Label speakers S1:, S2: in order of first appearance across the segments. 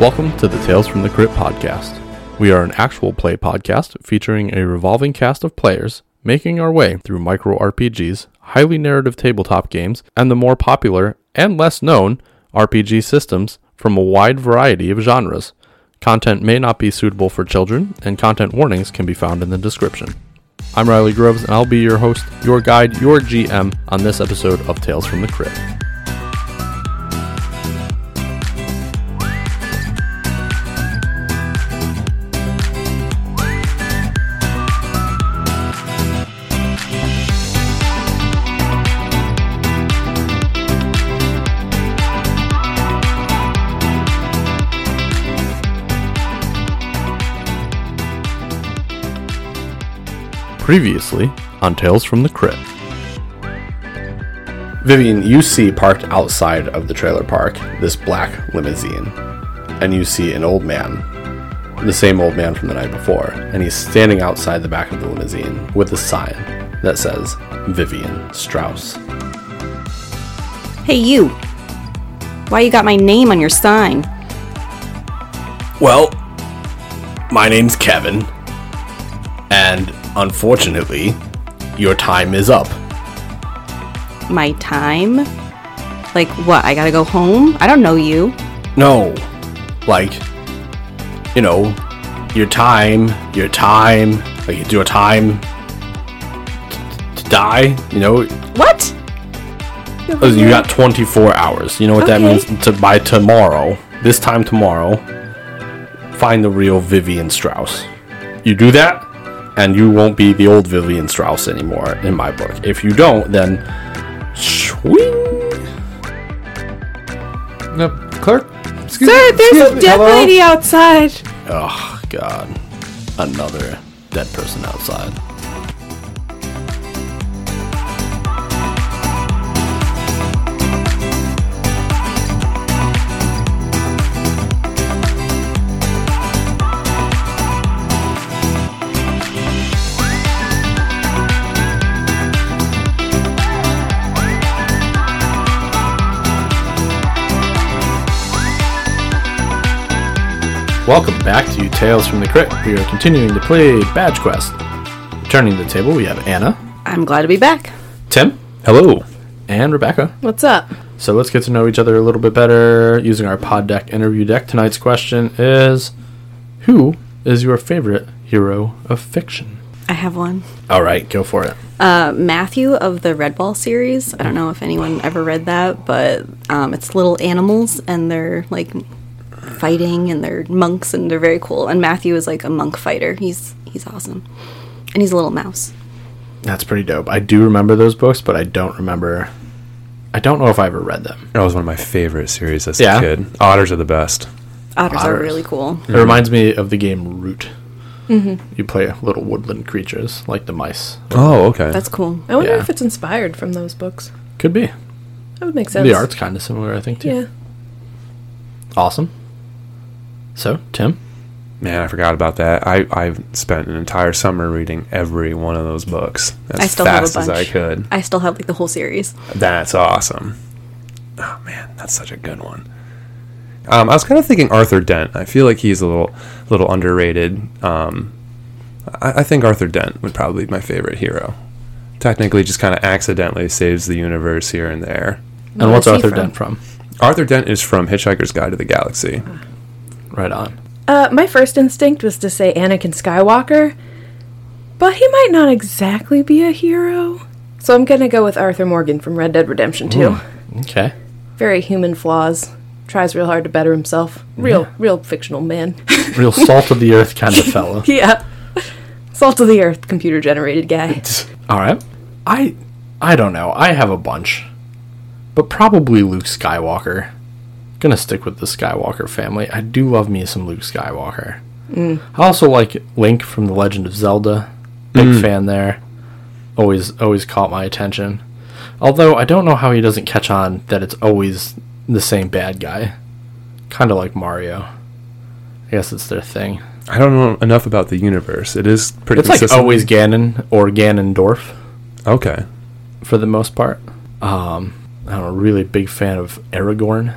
S1: Welcome to the Tales from the Crypt podcast. We are an actual play podcast featuring a revolving cast of players making our way through micro RPGs, highly narrative tabletop games, and the more popular and less known RPG systems from a wide variety of genres. Content may not be suitable for children, and content warnings can be found in the description. I'm Riley Groves, and I'll be your host, your guide, your GM on this episode of Tales from the Crypt. Previously on Tales from the Crypt. Vivian, you see parked outside of the trailer park this black limousine, and you see an old man, the same old man from the night before, and he's standing outside the back of the limousine with a sign that says Vivian Strauss.
S2: Hey, you. Why you got my name on your sign?
S1: Well, my name's Kevin, and unfortunately, your time is up.
S2: My time? Like, what? I gotta go home? I don't know you.
S1: No. Like, you know, your time, your time, like it's your time t- to die, you know?
S2: What?
S1: Listen, You got 24 hours. You know what that
S2: Okay.
S1: means? To, by tomorrow, this time tomorrow, find the real Vivian Strauss. You do that, and you won't be the old Vivian Strauss anymore, in my book. If you don't, then. Swing!
S3: No, clerk. Excuse
S2: Sir, there's
S3: excuse
S2: a
S3: me,
S2: dead
S3: hello?
S2: lady outside.
S1: Oh, God. Another dead person outside. Welcome back to Tales from the Crypt. We are continuing to play Badge Quest. Turning the table, we have Anna,
S2: I'm glad to be back.
S1: Tim, hello, and Rebecca.
S2: What's up?
S1: So let's get to know each other a little bit better using our pod deck interview deck. Tonight's question is Who is your favorite hero of fiction?
S2: I have one.
S1: All right, go for it.
S2: Uh, Matthew of the Red Ball series. I don't know if anyone ever read that, but um, it's little animals and they're like fighting and they're monks and they're very cool. And Matthew is like a monk fighter. He's he's awesome, and he's a little mouse.
S1: That's pretty dope. I do remember those books, but I don't remember. I don't know if I ever read them.
S3: That was one of my favorite series as
S1: Yeah.
S3: a kid. Otters are the best.
S2: Otters, are
S1: Otters.
S2: really cool.
S1: It reminds me of the game Root.
S4: Mm-hmm.
S1: You play little woodland creatures like the mice.
S3: Oh, okay.
S2: That's cool.
S4: I wonder
S1: Yeah.
S4: if it's inspired from those books.
S1: Could be.
S4: That would make sense.
S1: The art's kind of similar, I think, too.
S4: Yeah.
S1: Awesome. So, Tim,
S3: Man, I forgot about that. I I spent an entire summer reading every one of those books as
S2: I still have a
S3: fast as I
S2: bunch.
S3: could.
S2: I still have like the whole series.
S3: That's awesome. Oh man, that's such a good one. Um, I was kind of thinking Arthur Dent. I feel like he's a little little underrated. Um, I, I think Arthur Dent would probably be my favorite hero. Technically, just kind of accidentally saves the universe here and there.
S1: and what's
S4: is he
S1: Arthur
S4: from?
S1: Dent from?
S3: Arthur Dent is from Hitchhiker's Guide to the Galaxy.
S1: Right on.
S4: Uh, my first instinct was to say Anakin Skywalker, but he might not exactly be a hero. So I'm gonna go with Arthur Morgan from Red Dead Redemption 2.
S1: Hmm. Okay.
S4: Very human flaws. Tries real hard to better himself. Real, real fictional man.
S1: Real salt of the earth kind of fella.
S4: yeah. Salt of the earth, computer generated guy.
S1: All right. I I don't know. I have a bunch, but probably Luke Skywalker. Gonna stick with the Skywalker family. I do love me some Luke Skywalker. I also like Link from The Legend of Zelda. Big fan there. Always always caught my attention. Although I don't know how he doesn't catch on that it's always the same bad guy. Kind of like Mario. I guess it's their thing.
S3: I don't know enough about the universe. It is pretty.
S1: It's like
S3: consistent.
S1: always Ganon or Ganondorf.
S3: okay.
S1: for the most part. Um, I'm a really big fan of Aragorn.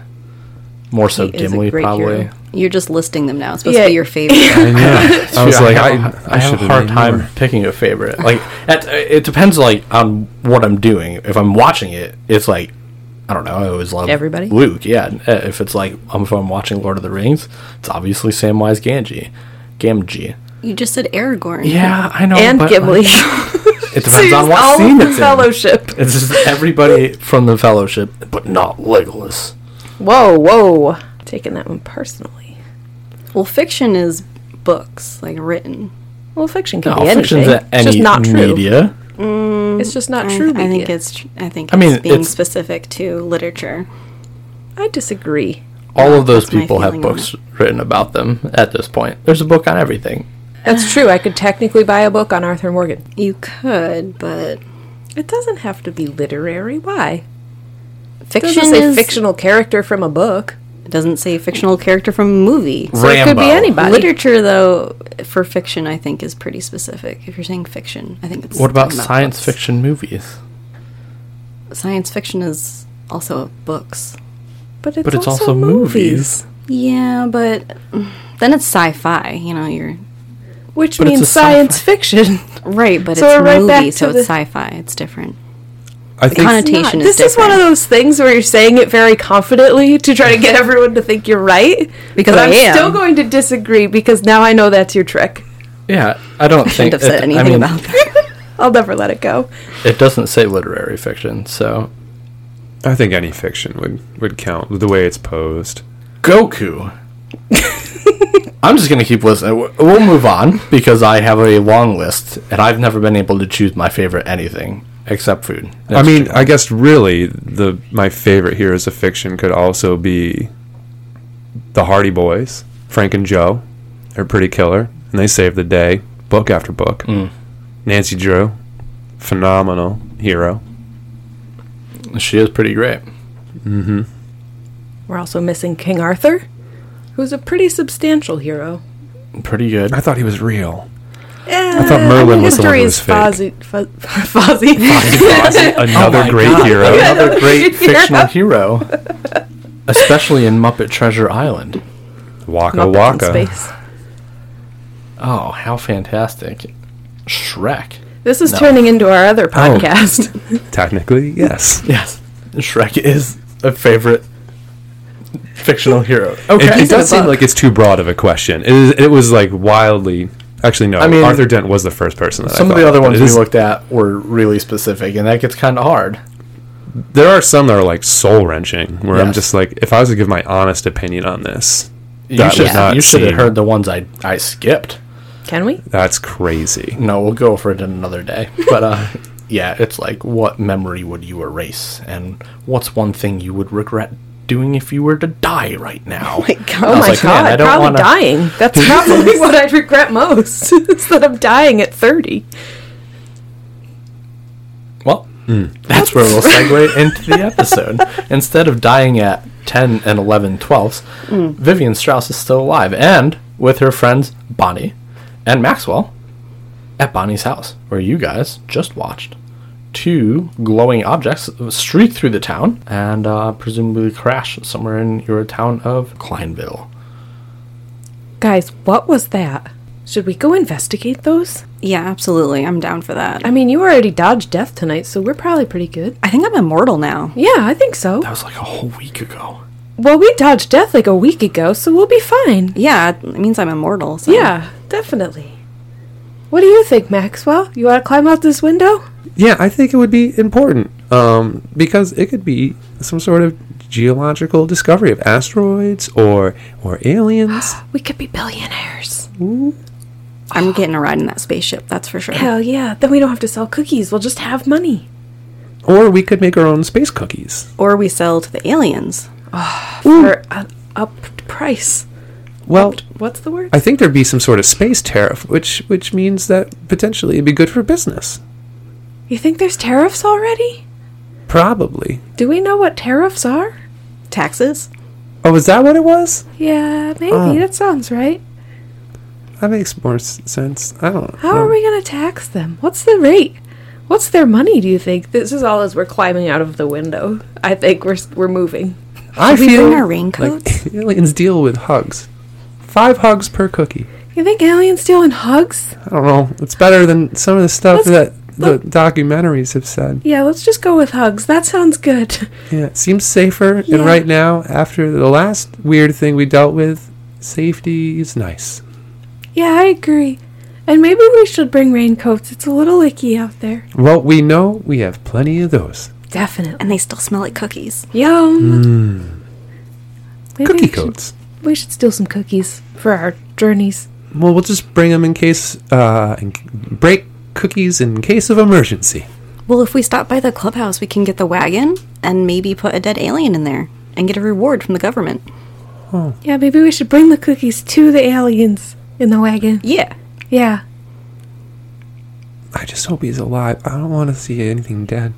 S1: More so
S4: He is a
S1: dimly,
S4: great
S1: probably.
S4: hero.
S2: You're just listing them now. It's supposed
S4: Yeah.
S2: to be your favorite.
S3: I know. I was
S1: Yeah,
S3: like, I,
S1: have-
S3: I,
S1: I
S3: should
S1: have a hard time
S3: More.
S1: picking a favorite. Like, at, uh, it depends like on what I'm doing. If I'm watching it, it's like I don't know. I always love
S4: Everybody?
S1: Luke, yeah. Uh, If it's like um, if I'm watching Lord of the Rings, it's obviously Samwise Gamgee. Gamgee.
S2: You just said Aragorn.
S1: Yeah, I know.
S4: and
S1: but,
S4: Gimli.
S1: like, it
S4: So
S1: depends on
S4: he's
S1: what
S4: all
S1: scene
S4: of the
S1: it's in.
S4: fellowship.
S1: It's just everybody from the Fellowship, but not Legolas.
S4: Whoa, whoa. Taking that one personally.
S2: Well, fiction is books, like written.
S4: Well, fiction can
S1: No,
S4: be anything.
S1: fiction's a-
S4: it's
S1: any
S4: just not true. Mm.
S1: media.
S4: It's just not
S2: I,
S4: true.
S2: Mm, I think
S4: media.
S2: it's. tr- I think.
S1: I mean,
S2: it's being
S1: it's-
S2: specific to literature.
S4: I disagree.
S1: All of those
S2: That's my
S1: people have
S2: feeling on
S1: books written about them at this point. There's a book on everything.
S4: That's true. I could technically buy a book on Arthur Morgan.
S2: You could, but
S4: It doesn't have to be literary. Why? It
S2: fiction
S4: doesn't say
S2: is.
S4: fictional character from a book.
S2: It doesn't say fictional character from a movie.
S4: So it could be
S1: Rambo.
S4: anybody.
S2: Literature, though, for fiction, I think is pretty specific. If you're saying fiction, I think it's.
S1: What about
S2: talking
S1: science
S2: books.
S1: fiction movies?
S2: Science fiction is also books.
S4: But it's,
S1: But it's
S4: also,
S1: also
S4: movies.
S2: Yeah, but mm, then it's sci-fi. You know, you're
S4: Which
S1: But it's
S4: means
S1: a sci-fi.
S4: science fiction.
S2: right, but
S4: So
S2: it's
S4: we're right
S2: movie,
S4: back
S2: so
S4: to
S2: it's
S4: the-
S2: sci-fi. It's different.
S3: I think
S2: Connotation
S4: This
S2: is
S4: is one
S2: different.
S4: of those things where you're saying it very confidently to try to get everyone to think you're right.
S2: Because
S4: but
S2: I
S4: am
S2: am.
S4: still going to disagree because now I know that's your trick.
S1: Yeah, I don't think
S2: shouldn't have said
S1: it,
S2: anything
S1: I mean,
S2: about that.
S4: I'll never let it go.
S1: It doesn't say literary fiction, so
S3: I think any fiction would would count with the way it's posed.
S1: Goku. I'm just gonna keep listening. W- We'll move on because I have a long list, and I've never been able to choose my favorite anything except food.
S3: I mean, I guess really the my favorite heroes of fiction could also be the Hardy Boys, Frank and Joe. They're pretty killer, and they save the day book after book. Nancy Drew, phenomenal hero.
S1: she is pretty great.
S4: We're also missing King Arthur, who's a pretty substantial hero.
S1: Pretty good.
S3: I thought he was real.
S4: I
S3: thought Merlin was the one who was fake.
S4: Fozzie. Fo- Fozzie.
S3: Another
S1: Oh my
S3: great
S1: God.
S3: hero.
S1: Another great
S4: hero.
S1: fictional hero, especially in Muppet Treasure Island.
S3: Waka
S4: Muppets in
S3: Waka.
S4: space.
S1: Oh, how fantastic! Shrek.
S4: This is
S1: No.
S4: turning into our other
S3: Oh.
S4: podcast.
S3: Technically, yes.
S1: Yes, Shrek is a favorite fictional hero. Okay,
S3: It, it does seem
S1: Fuck.
S3: like it's too broad of a question. It, is, it was like wildly. Actually, no.
S1: I mean,
S3: Arthur Dent was the first person. That I
S1: some of the
S3: thought
S1: other
S3: of, but
S1: ones
S3: it
S1: we
S3: is-
S1: looked at were really specific, and that gets kind of hard.
S3: There are some that are like soul wrenching, where I'm
S1: Yes.
S3: just like, if I was to give my honest opinion on this,
S1: You
S3: That
S1: should,
S3: would not
S1: you should have
S3: seem-
S1: heard the ones I I skipped.
S4: Can we?
S3: that's crazy.
S1: No, we'll go over it in another day. But uh, yeah, it's like what memory would you erase, and what's one thing you would regret doing if you were to die right now?
S4: Oh my
S1: like, man,
S4: god,
S1: I don't
S4: probably
S1: wanna-
S4: dying. That's probably what I'd regret most. is that I'm dying at 30.
S1: Well, that's where we'll segue into the episode. Instead of dying at 10 and 11 twelfths, Vivian Strauss is still alive and with her friends Bonnie and Maxwell at Bonnie's house, where you guys just watched two glowing objects streak through the town and uh, presumably crash somewhere in your town of Kleinville.
S4: Guys, what was that? Should we go investigate those?
S2: Yeah, absolutely. I'm down for that.
S4: I mean, you already dodged death tonight, so we're probably pretty good.
S2: I think I'm immortal now.
S4: Yeah, I think so.
S1: That was like a whole week ago.
S4: Well, we dodged death like a week ago, so we'll be fine.
S2: Yeah, it means I'm immortal. So.
S4: Yeah, definitely. What do you think, Maxwell? You want to climb out this window?
S3: Yeah, I think it would be important um, because it could be some sort of geological discovery of asteroids or or aliens.
S4: We could be billionaires.
S2: I'm getting a ride in that spaceship. That's for sure.
S4: Hell yeah. Then we don't have to sell cookies. We'll just have money.
S3: Or we could make our own space cookies.
S2: Or we sell to the aliens.
S4: For an up price.
S3: Well,
S4: What's the word?
S3: I think there'd be some sort of space tariff, which which means that potentially it'd be good for business.
S4: You think there's tariffs already?
S3: Probably.
S4: Do we know what tariffs are?
S2: Taxes?
S3: Oh, is that what it was?
S4: Yeah, maybe. That sounds right.
S3: That makes more s- sense. I don't.
S4: How
S3: know.
S4: are we going to tax them? What's the rate? What's their money, do you think? This is all as we're climbing out of the window. I think we're, s- we're moving.
S3: I
S2: we
S3: feel
S2: bring our
S3: like
S2: raincoats?
S3: aliens deal with hugs. Five hugs per cookie.
S4: You think aliens deal in hugs?
S3: I don't know. It's better than some of the stuff
S4: Let's-
S3: that the documentaries have said.
S4: Yeah, let's just go with hugs. That sounds good.
S3: Yeah, it seems safer.
S4: Yeah.
S3: And right now, after the last weird thing we dealt with, safety is nice.
S4: Yeah, I agree. And maybe we should bring raincoats. It's a little icky out there.
S3: Well, we know we have plenty of those.
S4: Definitely.
S2: and they still smell like cookies.
S4: Yum. Maybe
S3: Cookie
S4: we should-
S3: coats.
S4: We should steal some cookies for our journeys.
S3: Well, we'll just bring them in case, uh, in, break cookies in case of emergency.
S2: Well, if we stop by the clubhouse, we can get the wagon and maybe put a dead alien in there and get a reward from the government.
S4: Yeah, maybe we should bring the cookies to the aliens in the wagon.
S2: Yeah.
S4: Yeah.
S3: I just hope he's alive. I don't want to see anything dead.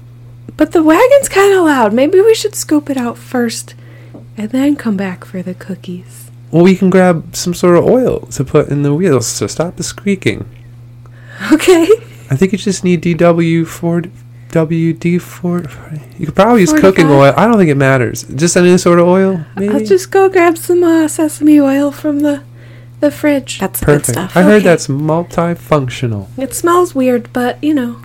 S4: But the wagon's kind of loud. Maybe we should scope it out first and then come back for the cookies.
S3: Well, we can grab some sort of oil to put in the wheels to stop the squeaking.
S4: Okay.
S3: I think you just need DW four WD four. You could probably use
S4: 45?
S3: cooking oil. I don't think it matters. Just any sort of oil, maybe.
S4: I'll just go grab some uh, sesame oil from the the fridge.
S2: That's the
S3: Perfect.
S2: good stuff.
S3: I heard
S4: Okay.
S3: that's multifunctional.
S4: It smells weird, but you know.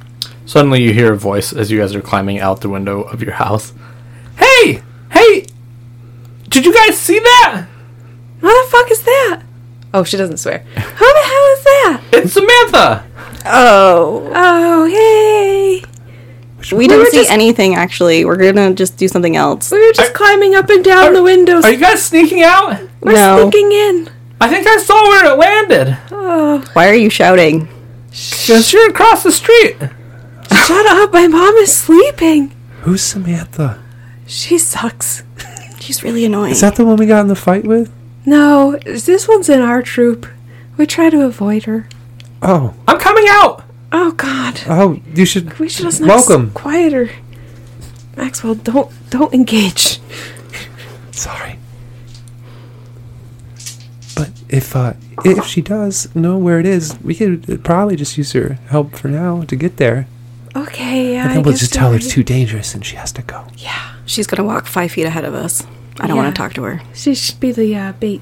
S1: Suddenly, you hear a voice as you guys are climbing out the window of your house. Hey! Hey! Did you guys see that?
S4: What the fuck is that? Oh, she doesn't swear. Who the hell is that?
S1: It's Samantha!
S2: Oh.
S4: Oh, hey.
S2: We
S4: were
S2: didn't see
S4: just-
S2: anything, actually. We're going to just do something else.
S4: We were just climbing up and down the windows.
S1: Are you guys sneaking out?
S4: We're
S2: No.
S4: sneaking in.
S1: I think I saw where it landed.
S4: Oh,
S2: Why are you shouting?
S1: Just you're across the street.
S4: shut up. My mom is sleeping.
S3: Who's Samantha?
S4: She sucks.
S2: She's really annoying.
S3: Is that the one we got in the fight with?
S4: No, this one's in our troop. We try to avoid her.
S3: Oh,
S1: I'm coming out.
S4: Oh God,
S3: oh, you should.
S4: we should just not
S3: Welcome.
S4: quieter. Maxwell, don't don't engage.
S3: Sorry. But if uh, if she does know where it is, we could probably just use her help for now to get there.
S4: Okay, yeah.
S3: And
S4: I
S3: then we'll
S4: guess
S3: just
S4: you're
S3: tell her it's
S4: right.
S3: too dangerous and she has to go.
S2: She's going to walk five feet ahead of us. I don't
S4: Yeah.
S2: want to talk to her.
S4: She should be the uh, bait.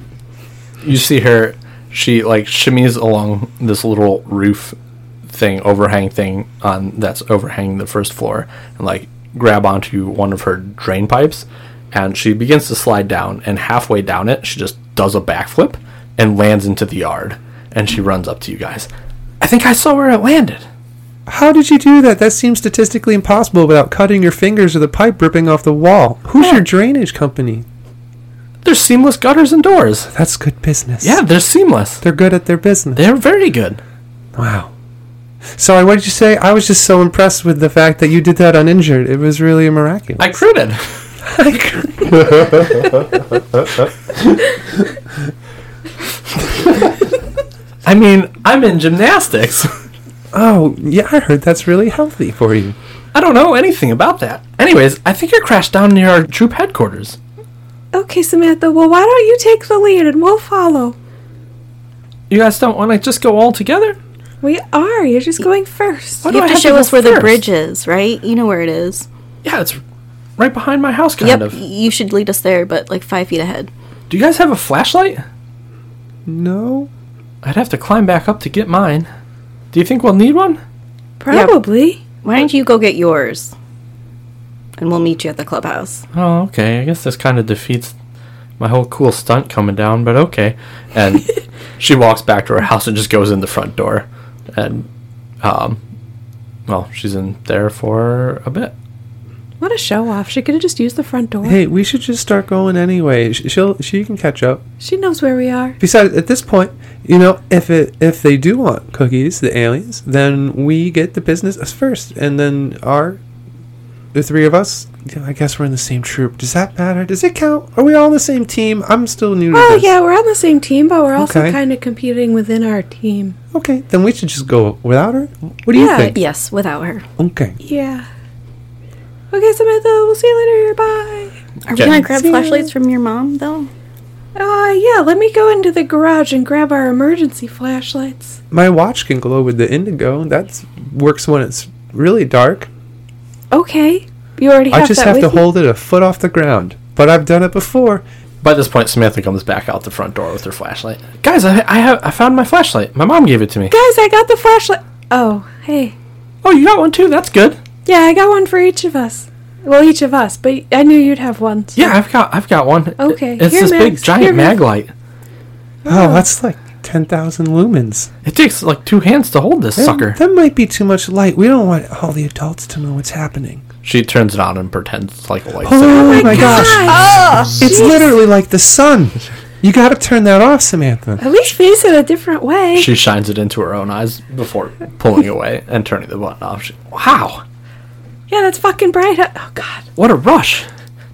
S1: You see her. She like shimmies along this little roof thing, overhang thing on that's overhanging the first floor, and like grab onto one of her drain pipes, and she begins to slide down. And halfway down it, she just does a backflip and lands into the yard. And she runs up to you guys. I think I saw where it landed.
S3: How did you do that? That seems statistically impossible without cutting your fingers or the pipe ripping off the wall. Who's your drainage company?
S1: There's seamless gutters and doors.
S3: That's good business.
S1: Yeah, they're seamless.
S3: They're good at their business.
S1: They're very good.
S3: Wow. Sorry, what did you say? I was just so impressed with the fact that you did that uninjured. It was really miraculous.
S1: I critted. I mean, I'm in gymnastics.
S3: oh, yeah, I heard that's really healthy for you.
S1: I don't know anything about that. Anyways, I think I crashed down near our troop headquarters.
S4: Okay, Samantha. Well, why don't you take the lead and we'll follow?
S1: You guys don't want to just go all together?
S4: We are. You're just going first.
S1: Why do
S2: You
S1: I
S2: have to show
S1: go
S2: us where the
S1: first?
S2: bridge is, right? You know where it is.
S1: Yeah, it's right behind my house, kind
S2: Yep.
S1: of.
S2: You should lead us there, but like five feet ahead.
S1: Do you guys have a flashlight?
S3: No?
S1: I'd have to climb back up to get mine. Do you think we'll need one?
S4: Probably.
S2: Why don't you go get yours? And we'll meet you at the clubhouse.
S1: Oh, okay. I guess this kind of defeats my whole cool stunt coming down, but okay. And she walks back to her house and just goes in the front door. And, um, well, she's in there for a bit.
S4: What a show off. She could have just used the front door.
S3: Hey, we should just start going anyway. Sh- She'll she can catch up.
S4: She knows where we are.
S3: Besides, at this point, you know, if it if they do want cookies, the aliens, then we get the business us first, and then our the three of us. Yeah, I guess we're in the same troop. Does that matter? Does it count? Are we all on the same team? I'm still new to
S4: Oh,
S3: this.
S4: yeah, we're on the same team, but we're also
S3: Okay.
S4: kind of competing within our team.
S3: Okay, then we should just go without her. What do you
S4: Yeah,
S3: think?
S2: Yes, without her.
S3: Okay.
S4: Yeah. Okay, Samantha, we'll see you later. Bye.
S2: Are
S1: Okay.
S2: we gonna grab
S3: See ya.
S2: flashlights from your mom though?
S4: Uh, yeah, let me go into the garage and grab our emergency flashlights.
S3: My watch can glow with the indigo. That works when it's really dark.
S4: Okay. You already have
S3: I just
S4: that
S3: have
S4: with
S3: to
S4: you.
S3: hold it a foot off the ground. but I've done it before.
S1: By this point, Samantha comes back out the front door with her flashlight. Guys, I, I have I found my flashlight. My mom gave it to me.
S4: Guys, I got the flashlight. Oh, hey.
S1: Oh, you got one too. That's good.
S4: Yeah, I got one for each of us. Well, each of us, but I knew you'd have one. Oh so-
S1: Yeah, I've got I've got one.
S4: Okay,
S1: it's
S4: here,
S1: this big
S4: Max,
S1: giant
S4: here,
S1: mag
S4: Max.
S1: light.
S3: Oh, that's like ten thousand lumens.
S1: It takes like two hands to hold this
S3: That-
S1: sucker.
S3: That might be too much light. We don't want all the adults to know what's happening.
S1: She turns it on and pretends it's like a lightsaber.
S3: Oh, my, gosh.
S4: Oh,
S3: It's literally like the sun. You gotta turn that off, Samantha.
S4: at least face it a different way.
S1: She shines it into her own eyes before pulling away and turning the button off. She, wow,
S4: Yeah, that's fucking bright. Oh God.
S1: what a rush!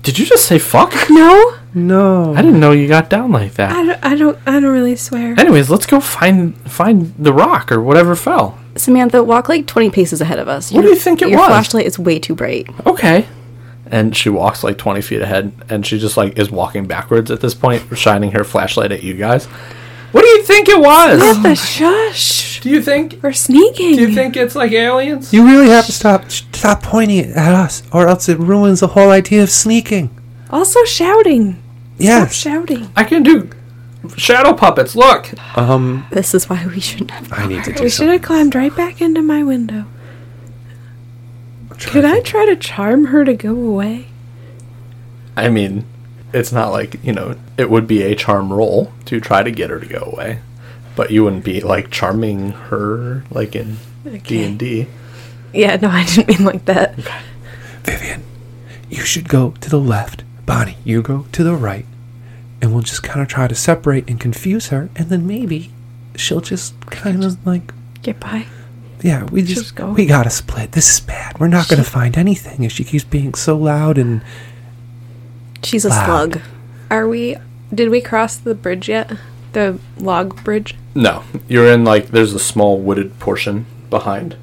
S1: Did you just say fuck?
S4: No,
S3: No.
S1: I didn't know you got down like
S4: I
S1: that.
S4: don't. I don't. I don't really swear.
S1: Anyways, let's go find find the rock or whatever fell.
S2: Samantha, walk like 20 paces ahead of us.
S1: What do
S2: Your-
S1: you think it
S2: Your
S1: was?
S2: flashlight is way too bright.
S1: Okay. And she walks like 20 feet ahead and she just like is walking backwards at this point, shining her flashlight at you guys. What do you think it was?
S4: What the shush?
S1: do you think
S4: We're sneaking.
S1: Oh do you think it's like aliens?
S3: You really have to stop stop pointing it at us, or else it ruins the whole idea of sneaking.
S4: Also shouting. Stop
S3: Yes.
S4: shouting.
S1: I can do shadow puppets. Look.
S3: Um,
S2: This is why we shouldn't have.
S3: I need to
S4: We should have climbed right back into my window. Could I try to charm her to go away?
S1: I mean, it's not like, you know, it would be a charm roll to try to get her to go away, but you wouldn't be like charming her like in D&D.
S4: Yeah, no, I didn't mean like that.
S3: Vivian, you should go to the left. Bonnie, you go to the right. And we'll just kind of try to separate and confuse her, and then maybe she'll just kind of like.
S4: Get by.
S3: Yeah, we just.
S4: just go.
S3: We gotta split. This is bad. We're not gonna find anything if she keeps being so loud and.
S2: She's a
S3: Wow.
S2: slug.
S4: Are we? Did we cross the bridge yet? The log bridge.
S1: No, you're in like there's a small wooded portion behind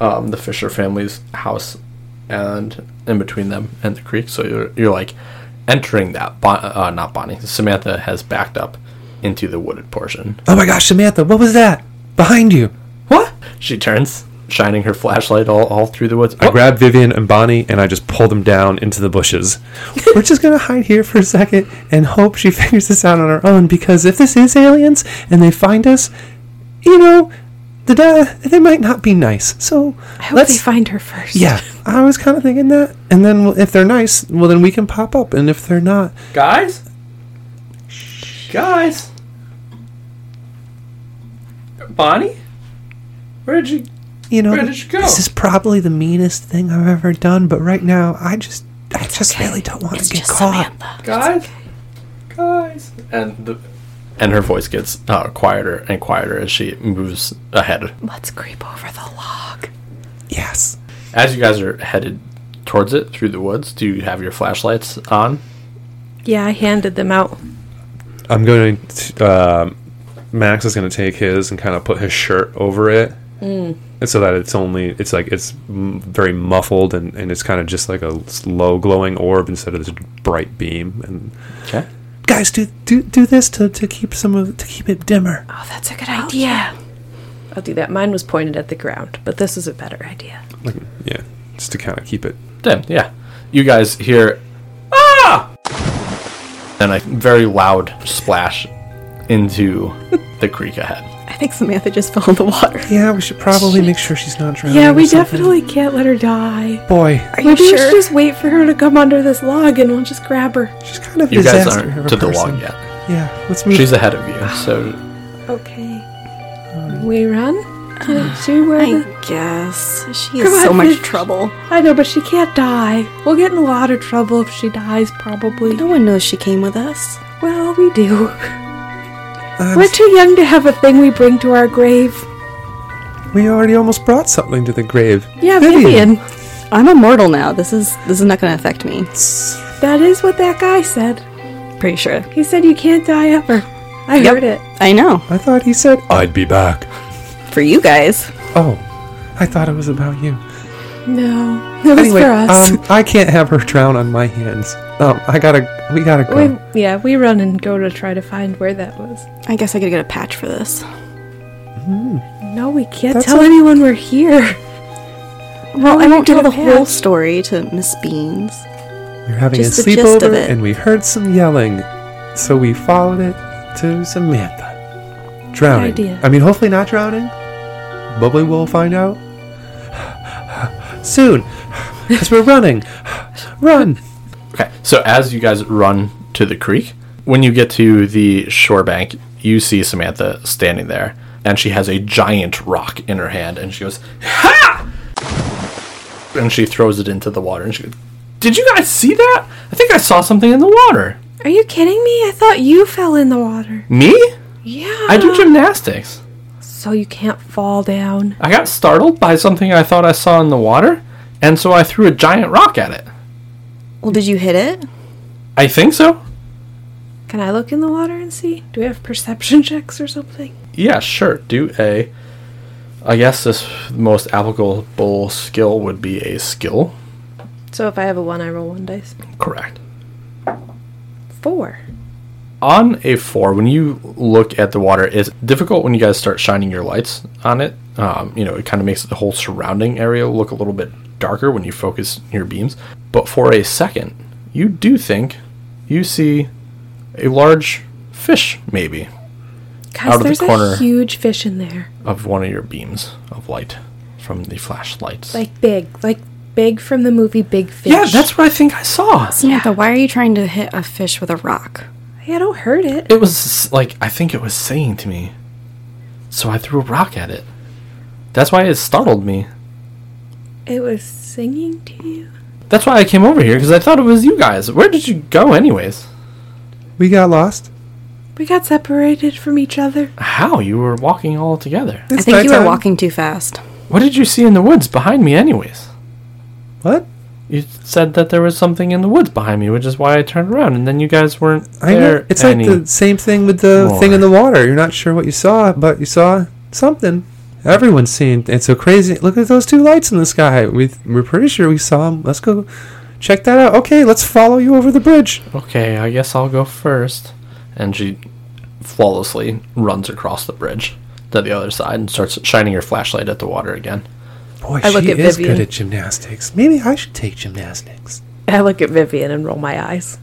S1: um, the Fisher family's house, and in between them and the creek. So you're you're like entering that. Bon- uh, not Bonnie. Samantha has backed up into the wooded portion.
S3: Oh my gosh, Samantha, what was that? Behind you.
S1: What? She turns, shining her flashlight all, all through the woods.
S3: I grab Vivian and Bonnie and I just pull them down into the bushes. We're just gonna hide here for a second and hope she figures this out on her own because if this is aliens and they find us, you know, the da- they might not be nice. So
S4: I hope
S3: let's
S4: they find her first.
S3: yeah, I was kind of thinking that. And then w- if they're nice, well then we can pop up. And if they're not,
S1: guys, guys, Bonnie, where'd you?
S3: you know,
S1: Where did she go?
S3: this is probably the meanest thing I've ever done. But right now, I just, I just really don't want to get
S2: just
S3: caught.
S2: Samantha.
S1: guys, guys, and the and her voice gets uh, quieter and quieter as she moves ahead.
S2: Let's creep over the log.
S3: Yes.
S1: As you guys are headed towards it through the woods, do you have your flashlights on?
S4: Yeah, I handed them out.
S3: I'm going to. Uh, Max is going to take his and kind of put his shirt over it,
S4: Hmm.
S3: and so that it's only it's like it's m- very muffled and and it's kind of just like a slow glowing orb instead of this bright beam. And
S1: Okay.
S3: guys, do do do this to to keep some of to keep it dimmer.
S4: Oh, that's a good idea. I'll do that. Mine was pointed at the ground, but this is a better idea.
S3: Like yeah, just to kind of keep it.
S1: Then yeah, you guys hear ah, and a very loud splash into the creek ahead.
S2: I think Samantha just fell in the water.
S3: Yeah, we should probably make sure she's not drowning.
S4: Yeah,
S3: or
S4: we
S3: something.
S4: definitely can't let her die.
S3: Boy,
S2: Are you
S4: Maybe we should
S2: sure?
S4: just wait for her to come under this log and we'll just grab her.
S3: she's kind of a
S1: You guys
S3: disaster of
S1: aren't
S3: a
S1: to the
S3: person.
S1: log yet.
S3: Yeah, let's move.
S1: She's ahead of you, so
S4: Okay.
S3: Um,
S4: We run? To-
S3: uh,
S4: to where
S2: I
S4: the-
S2: guess. She
S4: Come
S2: is so
S4: on,
S2: much
S4: Mitch.
S2: trouble.
S4: I know, but she can't die. We'll get in a lot of trouble if she dies, probably.
S2: No one knows she came with us.
S4: Well, we do.
S3: I'm
S4: We're too young to have a thing we bring to our grave.
S3: We already almost brought something to the grave.
S4: Yeah,
S3: Vivian.
S4: Vivian.
S2: I'm immortal now. This is this is not going to affect me.
S4: That is what that guy said.
S2: Pretty sure.
S4: He said you can't die ever. I
S2: Yep.
S4: heard it.
S2: I know.
S3: I thought he said I'd be back.
S2: For you guys.
S3: Oh, I thought it was about you.
S4: No. It was
S3: anyway,
S4: for us.
S3: Um, I can't have her drown on my hands. Um, I gotta, we gotta go.
S4: we, yeah, we run and go to try to find where that was.
S2: I guess I got to get a patch for this.
S4: No, we can't
S3: That's
S4: tell
S3: a-
S4: anyone we're here.
S2: Well, I won't
S4: get
S2: tell
S4: a
S2: the whole
S4: patch.
S2: story to Miss Beans.
S3: You're having
S2: Just
S3: a
S2: the gist of
S3: sleepover,
S2: it.
S3: and we heard some yelling, so we followed it to Samantha. Drowning.
S4: idea.
S3: I mean, hopefully not drowning. Probably we'll find out soon, because we're running. Run.
S1: Okay. So as you guys run to the creek, when you get to the shore bank, you see Samantha standing there, and she has a giant rock in her hand, and she goes, "Ha!" And she throws it into the water, and she goes, "Did you guys see that? I think I saw something in the water.
S4: Are you kidding me? I thought you fell in the water.
S1: Me?
S4: Yeah.
S1: I do gymnastics.
S4: So you can't fall down.
S1: I got startled by something I thought I saw in the water, and so I threw a giant rock at it.
S2: Well, did you hit it?
S1: I think so.
S4: Can I look in the water and see? Do we have perception checks or something?
S1: Yeah, sure. Do a. I guess this most applicable skill would be a skill.
S4: So if I have a one, I roll one dice.
S1: Correct.
S4: Four.
S1: On a four, when you look at the water, it's difficult when you guys start shining your lights on it. Um, you know, it kind of makes the whole surrounding area look a little bit darker when you focus your beams. But for a second, you do think you see a large fish, maybe,
S4: Guys,
S1: Out of the
S4: there's
S1: corner.
S4: a huge fish in there.
S1: of one of your beams of light from the flashlights.
S4: Like big. Like big from the movie Big Fish.
S1: yeah, that's what I think I saw.
S2: Samantha, why are you trying to hit a fish with a rock?
S4: Yeah, don't hurt it.
S1: It was like I think it was saying to me. So I threw a rock at it. That's why it startled me.
S4: It was singing to you.
S1: That's why I came over here because I thought it was you guys. Where did you go, anyways?
S3: We got lost.
S4: We got separated from each other.
S1: How you were walking all together?
S2: I
S3: It's
S2: think you
S3: nighttime.
S2: were walking too fast.
S1: What did you see in the woods behind me, anyways?
S3: What?
S1: You said that there was something in the woods behind me, which is why I turned around, and then you guys weren't
S3: I
S1: there.
S3: know. It's
S1: any.
S3: like the same thing with the
S1: more.
S3: thing in the water. You're not sure what you saw, but you saw something. Everyone's seeing. It's so crazy. Look at those two lights in the sky. We we're pretty sure we saw them. Let's go check that out. Okay, let's follow you over the bridge.
S1: Okay, I guess I'll go first. And she flawlessly runs across the bridge to the other side and starts shining her flashlight at the water again.
S3: Boy,
S4: I look
S3: she
S4: at
S3: is
S4: Vivian.
S3: good at gymnastics. Maybe I should take gymnastics.
S4: I look at Vivian and roll my eyes.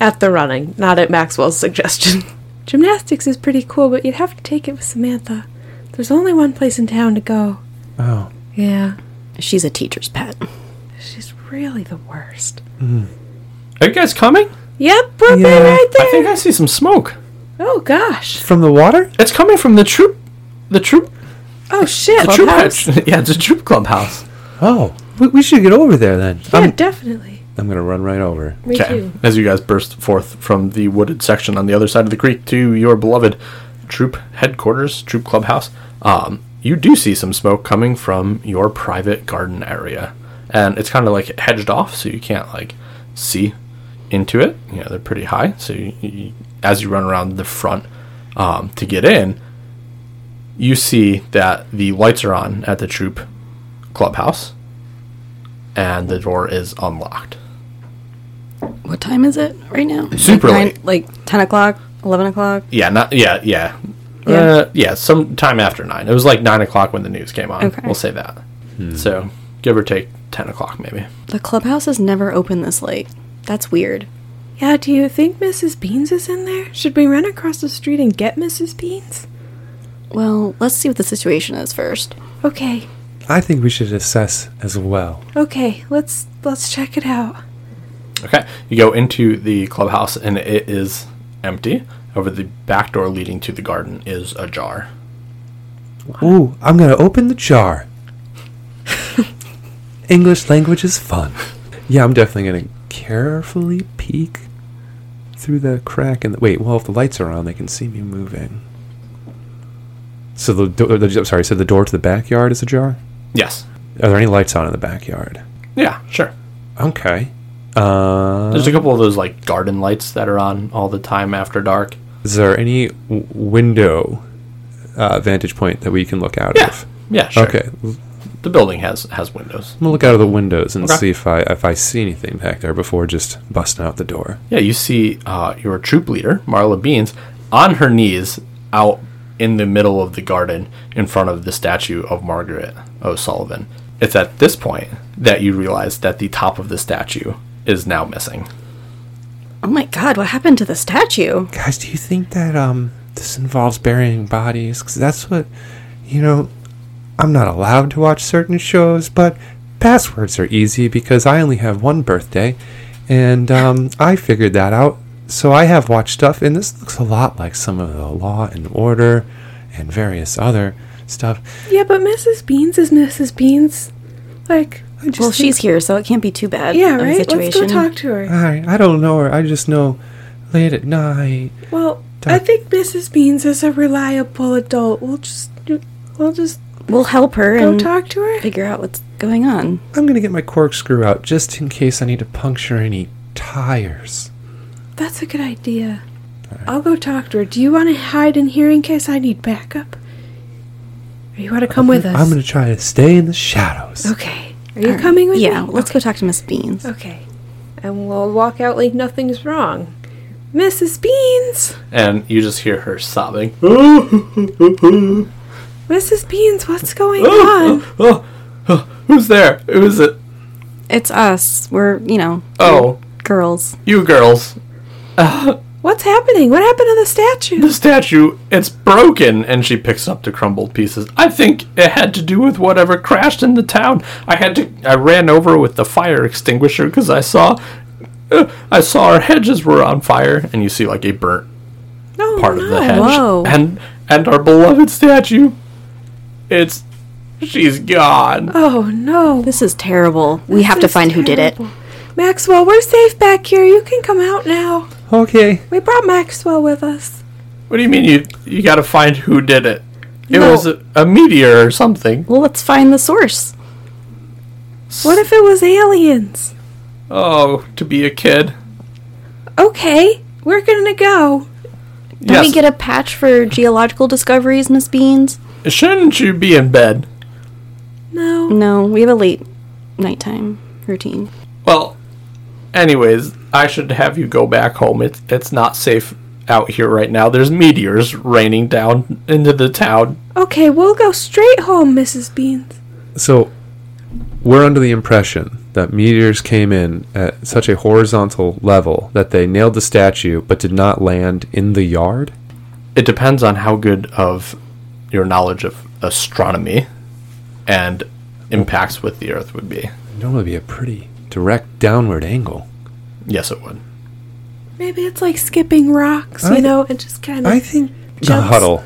S4: At the running, not at Maxwell's suggestion. Gymnastics is pretty cool, but you'd have to take it with Samantha. There's only one place in town to go.
S3: Oh,
S4: Yeah,
S2: She's a teacher's pet.
S4: she's really the worst.
S1: Are you guys coming?
S4: Yep, we're
S3: Yeah.
S4: right
S1: I
S4: there.
S1: think I see some smoke.
S4: oh gosh.
S3: from the water?
S1: It's coming from the troop. The troop.
S4: Oh shit.
S1: The troop
S4: Clubhouse.
S1: house. yeah, it's a troop clubhouse.
S3: Oh, we, we should get over there then.
S4: Yeah,
S1: Um,
S3: I'm,
S4: definitely.
S3: I'm gonna run right over.
S4: Me too.
S1: As you guys burst forth from the wooded section on the other side of the creek to your beloved troop headquarters, troop clubhouse, um, you do see some smoke coming from your private garden area, and it's kind of like hedged off, so you can't like see into it. You know, they're pretty high, so you, you, as you run around the front um, to get in, you see that the lights are on at the troop clubhouse, and the door is unlocked.
S2: What time is it right now?
S1: Super
S2: like
S1: late.
S2: Like 10 o'clock, 11 o'clock?
S1: Yeah, not yeah, yeah. Yeah. Uh, yeah, sometime after nine. It was like nine o'clock when the news came on.
S2: Okay.
S1: We'll say that. So, give or take ten o'clock, maybe.
S2: The clubhouse is never open this late. That's weird.
S4: Yeah, do you think Mrs. Beans is in there? Should we run across the street and get Mrs. Beans?
S2: Well, let's see what the situation is first.
S4: Okay.
S3: I think we should assess as well.
S4: Okay, let's let's check it out.
S1: Okay, you go into the clubhouse and it is empty. Over the back door leading to the garden is ajar.
S3: Ooh, I'm gonna open the jar. English language is fun. Yeah, I'm definitely gonna carefully peek through the crack in the. Wait, well, if the lights are on, they can see me moving. So the door. The, I'm sorry. So the door to the backyard is ajar.
S1: Yes.
S3: Are there any lights on in the backyard?
S1: Yeah. Sure.
S3: Okay. Uh,
S1: There's a couple of those like garden lights that are on all the time after dark.
S3: is there any w- window uh, vantage point that we can look out
S1: Yeah.
S3: of?
S1: Yeah. Sure.
S3: Okay,
S1: The building has has windows.
S3: I'm gonna look out of the windows and
S1: Okay.
S3: see if I if I see anything back there before just busting out the door.
S1: Yeah, you see uh, your troop leader, Marla Beans, on her knees out in the middle of the garden in front of the statue of Margaret O'Sullivan. It's at this point that you realize that the top of the statue is now missing.
S2: Oh my god, what happened to the statue?
S3: Guys, do you think that um this involves burying bodies? Because that's what, you know, I'm not allowed to watch certain shows, but passwords are easy because I only have one birthday, and um, I figured that out. So I have watched stuff, and this looks a lot like some of the Law and Order, and various other stuff.
S4: Yeah, but Mrs. Beans is Mrs. Beans. Like,
S3: I just
S2: well,
S3: think-
S2: she's here, so it can't be too bad.
S4: yeah,
S2: of a
S4: right? Let's
S2: Situation.
S4: go talk to her.
S3: I I don't know her. I just know late at night.
S4: Well,
S3: Doc-
S4: I think Mrs. Beans is a reliable adult. We'll just do- we'll just
S2: We'll help her
S4: go
S2: and
S4: talk to her.
S2: figure out what's going on.
S3: I'm gonna get my corkscrew out just in case I need to puncture any tires.
S4: That's a good idea. I'll go talk to her. Do you want to hide in here in case I need backup? Or you want to come with us?
S3: I'm gonna try to stay in the shadows.
S4: okay. Are you
S2: All right.
S4: coming with me?
S2: Yeah, let's go talk to Miss Beans.
S4: Okay. And we'll walk out like nothing's wrong. Mrs. Beans!
S1: And you just hear her sobbing.
S4: Mrs. Beans, what's going on?
S1: Oh, oh, who's there? Who is it?
S2: It's us. We're, you know,
S1: Oh,
S2: girls.
S1: you girls.
S4: What's happening? What happened to the statue?
S1: The statue, it's broken. And she picks up the crumbled pieces. I think it had to do with whatever crashed in the town. I had to, I ran over with the fire extinguisher because I saw, uh, I saw our hedges were on fire. And you see like a burnt
S4: No,
S1: part of the hedge.
S2: Oh, whoa.
S1: And, and our beloved statue, it's, she's gone.
S2: Uh.
S4: Oh, no.
S2: This is terrible. We have to
S4: This is
S2: find who did it.
S4: terrible. Maxwell, we're safe back here. You can come out now.
S3: Okay.
S4: We brought Maxwell with us.
S1: What do you mean you, you gotta find who did it? It
S4: No.
S1: was a, a meteor or something.
S2: Well, let's find the source.
S4: What if it was aliens?
S1: Oh, to be a kid.
S4: Okay, we're gonna go.
S2: Can we get a patch for geological discoveries, Miss Beans?
S1: Shouldn't you be in bed?
S4: No.
S2: No, we have a late nighttime routine.
S1: Well, anyways, I should have you go back home. It's it's not safe out here right now. There's meteors raining down into the town.
S4: Okay, we'll go straight home, Mrs. Beans.
S3: So we're under the impression that meteors came in at such a horizontal level that they nailed the statue but did not land in the yard?
S1: It depends on how good of your knowledge of astronomy and impacts with the Earth would be.
S3: Normally be a pretty direct downward angle.
S1: Yes, it would.
S4: Maybe it's like skipping rocks,
S3: I-
S4: you know, and just kind of.
S3: I think the
S4: Jumps.
S3: huddle.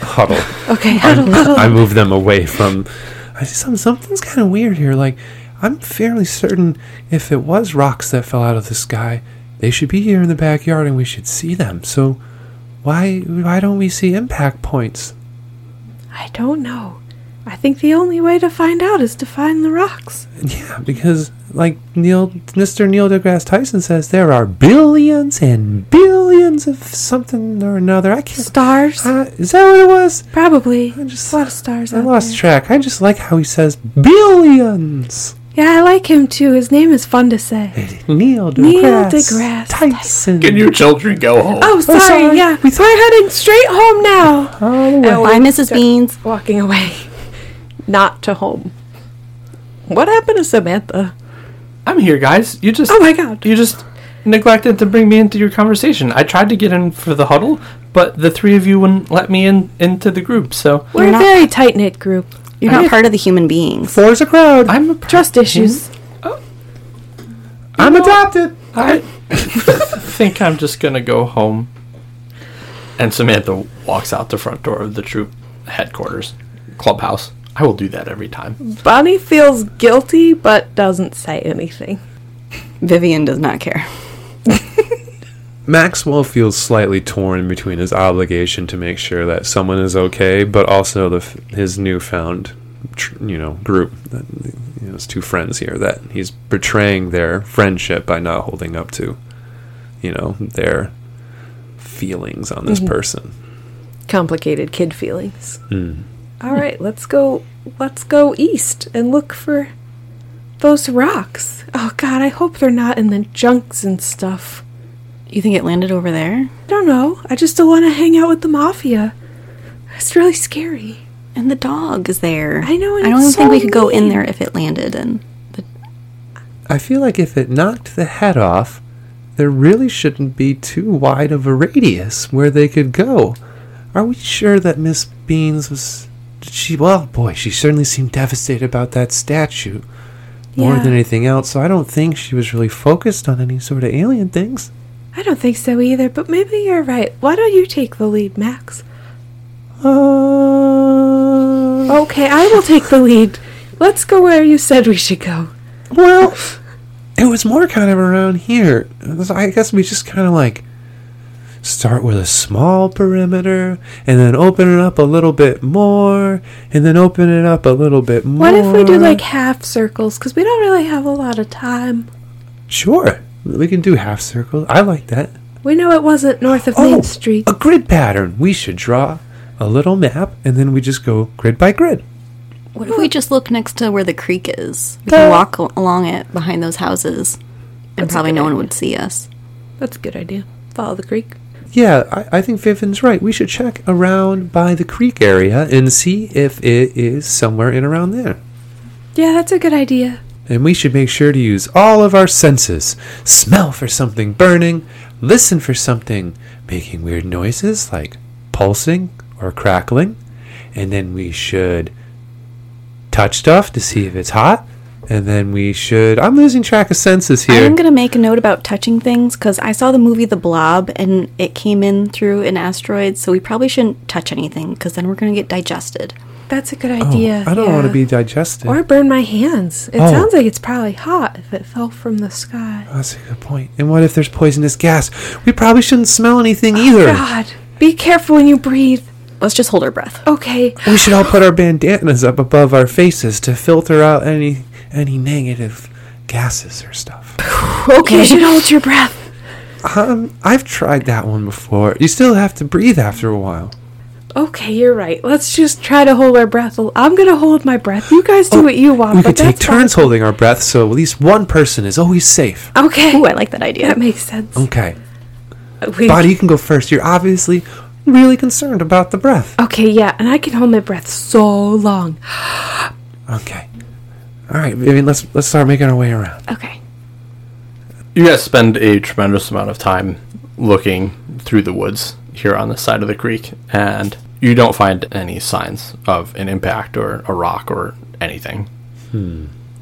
S3: Huddle.
S4: okay, huddle, huddle.
S3: I move them away from I see some something's kinda weird here. Like I'm fairly certain if it was rocks that fell out of the sky, they should be here in the backyard and we should see them. So why why don't we see impact points?
S4: I don't know. I think the only way to find out is to find the rocks.
S3: Yeah, because like Neil, Mr. Neil deGrasse Tyson says, there are billions and billions of something or another. I can't.
S4: Stars?
S3: Uh, is that what it was?
S4: Probably.
S3: I just
S4: a lot of stars
S3: I
S4: out
S3: lost
S4: there.
S3: track. I just like how he says billions.
S4: Yeah, I like him too. His name is fun to say.
S3: Neil deGrasse,
S4: deGrasse
S3: Tyson.
S1: Can you children go home?
S4: Oh, sorry.
S3: sorry.
S4: Yeah, we we're heading straight home now.
S3: All the way.
S4: Oh,
S2: Bye, Mrs. Beans.
S4: Walking away, not to home. What happened to Samantha?
S1: I'm here, guys. You just
S4: Oh my God.
S1: You just neglected to bring me into your conversation. I tried to get in for the huddle, but the three of you wouldn't let me in into the group. So
S4: We're
S2: You're
S4: a
S2: not-
S4: very tight knit group.
S2: You're not part of the human beings.
S3: Four's a crowd.
S1: I'm a pr-
S4: Trust issues.
S3: I'm adopted.
S1: I think I'm just gonna go home. And Samantha walks out the front door of the troop headquarters clubhouse. I will do that every time.
S4: Bonnie feels guilty but doesn't say anything.
S2: Vivian does not care.
S3: Maxwell feels slightly torn between his obligation to make sure that someone is okay, but also the f- his newfound, tr- you know, group, that, you know, his two friends here, that he's betraying their friendship by not holding up to, you know, their feelings on this person.
S4: Complicated kid feelings.
S3: Hmm.
S4: All right, let's go. Let's go east and look for those rocks. Oh God, I hope they're not in the junks and stuff.
S2: You think it landed over there?
S4: don't know. I just don't want to hang out with the mafia. It's really scary.
S2: And the dog is there.
S4: I know, and
S2: I don't
S4: it's
S2: even think
S4: so
S2: we could go in
S4: mean.
S2: there if it landed. And the,
S3: I feel like if it knocked the head off, there really shouldn't be too wide of a radius where they could go. Are we sure that Miss Beans was. Did she. Well, boy, she certainly seemed devastated about that statue more
S4: Yeah.
S3: than anything else, so I don't think she was really focused on any sort of alien things.
S4: I don't think so either, but maybe you're right. Why don't you take the lead, Max?
S3: Uh,
S4: Okay, I will take the lead. Let's go where you said we should go.
S3: well, it was more kind of around here. So I guess we just kind of like start with a small perimeter and then open it up a little bit more and then open it up a little bit more.
S4: What if we do like half circles? Because we don't really have a lot of time.
S3: Sure. We can do half circles. I like that.
S4: We know it wasn't north of
S3: Oh,
S4: Main Street.
S3: A grid pattern. We should draw a little map and then we just go grid by grid.
S2: What if we just look next to where the creek is? We can walk al- along it behind those houses, and
S4: That's a
S2: probably
S4: good
S2: no one
S4: idea.
S2: would see us.
S4: That's a good idea. Follow the creek.
S3: Yeah, I, I think Vivian's right. We should check around by the creek area and see if it is somewhere in around there.
S4: Yeah, that's a good idea.
S3: And we should make sure to use all of our senses smell for something burning, listen for something making weird noises like pulsing or crackling, and then we should touch stuff to see if it's hot. And then we should. I'm losing track of senses
S2: I
S3: here.
S2: am gonna make a note about touching things because I saw the movie The Blob, and it came in through an asteroid. So we probably shouldn't touch anything because then we're gonna get digested.
S4: That's a good
S3: Oh,
S4: idea.
S3: I don't
S4: yeah.
S3: want to be digested.
S4: Or burn my hands. It
S3: Oh.
S4: sounds like it's probably hot if it fell from the sky.
S3: That's a good point. And what if there's poisonous gas? We probably shouldn't smell anything either.
S4: Oh, God, be careful when you breathe.
S2: Let's just hold our breath.
S4: Okay.
S3: We should all put our bandanas up above our faces to filter out any any negative gases or stuff.
S4: You should hold your breath.
S3: Um, I've tried that one before. You still have to breathe after a while.
S4: Okay, you're right. Let's just try to hold our breath. Well, I'm gonna hold my breath. You guys do what you want.
S3: Oh, We
S4: but
S3: could take
S4: that's fine.
S3: turns holding our breath, so at least one person is always safe.
S4: Okay.
S2: Ooh, I like that idea.
S4: That makes sense.
S3: Okay,
S4: We-
S3: Oh, body, you can go first. You're obviously really concerned about the breath.
S4: Okay, yeah, and I can hold my breath so long.
S3: Okay. All right, Vivian. Let's let's start making our way around.
S4: Okay.
S1: You guys spend a tremendous amount of time looking through the woods here on the side of the creek, and you don't find any signs of an impact or a rock or anything.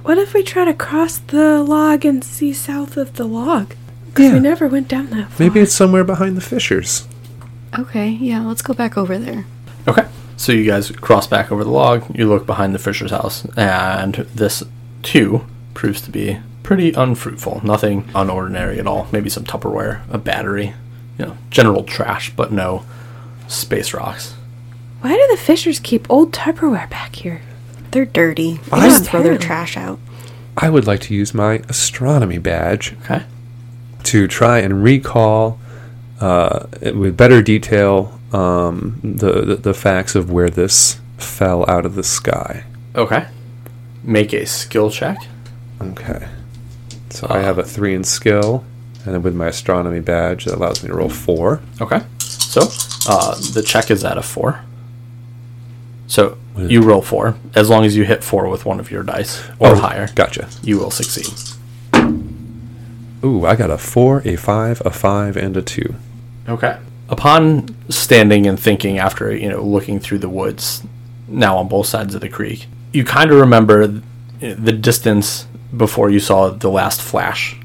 S4: What if we try to cross the log and see south of the log? Because
S3: Yeah.
S4: we never went down that far.
S3: Maybe it's somewhere behind the fissures.
S2: Okay, yeah, let's go back over there.
S1: Okay. So you guys cross back over the log, you look behind the Fisher's house, and this too proves to be pretty unfruitful. Nothing unordinary at all. Maybe some Tupperware, a battery, you know, general trash, but no space rocks.
S4: Why do the fishers keep old Tupperware back here?
S2: They're dirty. They
S3: I-
S2: just throw their
S4: Apparently.
S2: trash out.
S3: I would like to use my astronomy badge
S1: Okay.
S3: to try and recall uh, with better detail um, the, the the facts of where this fell out of the sky.
S1: Okay. Make a skill check.
S3: Okay, so
S1: Ah.
S3: I have a three in skill, and then with my astronomy badge, that allows me to roll four.
S1: Okay. So uh, the check is at a four. So
S3: is
S1: you roll four. As long as you hit four with one of your dice or higher,
S3: Oh, Gotcha.
S1: you will succeed.
S3: Ooh, I got a four, a five, a five, and a two.
S1: Okay. Upon standing and thinking after, you know, looking through the woods now on both sides of the creek, you kind of remember th- the distance before you saw the last flash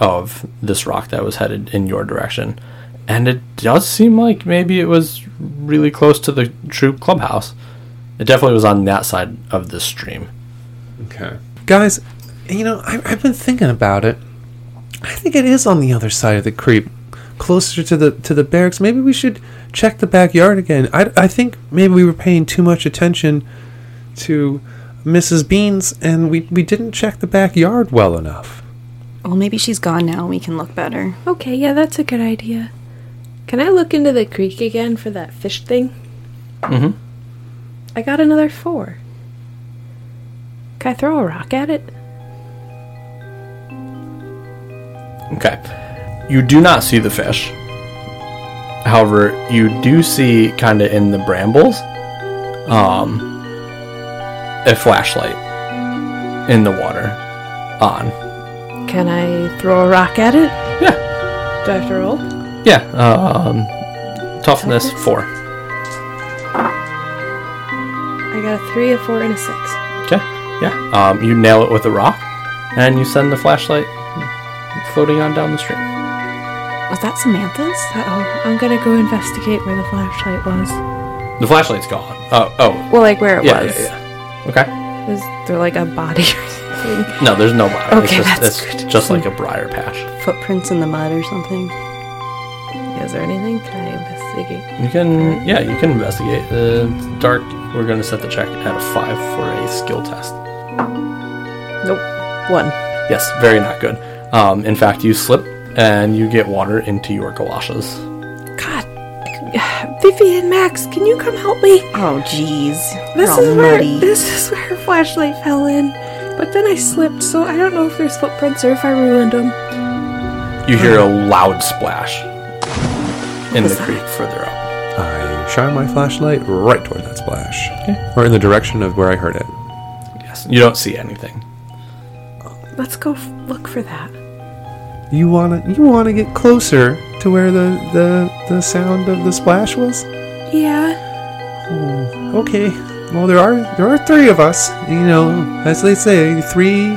S1: of this rock that was headed in your direction. And it does seem like maybe it was really close to the troop clubhouse. It definitely was on that side of the stream.
S3: Okay. Guys, you know, I, I've been thinking about it. I think it is on the other side of the creep, closer to the to the barracks. Maybe we should check the backyard again. I, I think maybe we were paying too much attention to Mrs. Beans, and we, we didn't check the backyard well enough.
S2: Well, maybe she's gone now. We can look better.
S4: Okay, yeah, that's a good idea. Can I look into the creek again for that fish thing?
S1: Mhm.
S4: I got another four. Can I throw a rock at it?
S1: Okay. You do not see the fish. However, you do see kind of in the brambles um a flashlight in the water on
S4: Can I throw a rock at it?
S1: Yeah.
S4: Do I have to roll?
S1: Yeah. Um, toughness four.
S4: I got a three, a four, and a six.
S1: Okay. Yeah. Um, you nail it with a rock, and you send the flashlight floating on down the stream.
S2: Was that Samantha's?
S4: Uh oh. I'm gonna go investigate where the flashlight was.
S1: The flashlight's gone. Oh. Oh.
S4: Well, like where it
S1: Yeah.
S4: was.
S1: Yeah. yeah. Okay.
S4: Was there like a body or something?
S1: No, there's no body.
S4: Okay,
S1: it's just,
S4: that's
S1: it's
S4: good.
S1: just like a briar patch.
S2: Footprints in the mud or something?
S4: Is there anything? Can I investigate?
S1: You can, yeah, you can investigate. Uh, it's dark. We're going to set the check at a five for a skill test.
S4: Nope. One.
S1: Yes, very not good. Um, in fact, you slip and you get water into your galoshes.
S4: God. Vivi and Max, can you come help me?
S2: Oh, jeez.
S4: This
S2: You're all
S4: is where
S2: muddy.
S4: this is where her flashlight fell in. But then I slipped, so I don't know if there's footprints or if I ruined them.
S1: You hear a loud splash in the
S4: was that?
S1: creek further up.
S3: I shine my flashlight right toward that splash, or in the direction of where I heard it.
S1: Yes, you don't see anything.
S4: Let's go f- look for that.
S3: You wanna, you wanna get closer to where the the the sound of the splash was.
S4: Yeah.
S3: Hmm, Okay. Well, there are there are three of us. You know, as they say, three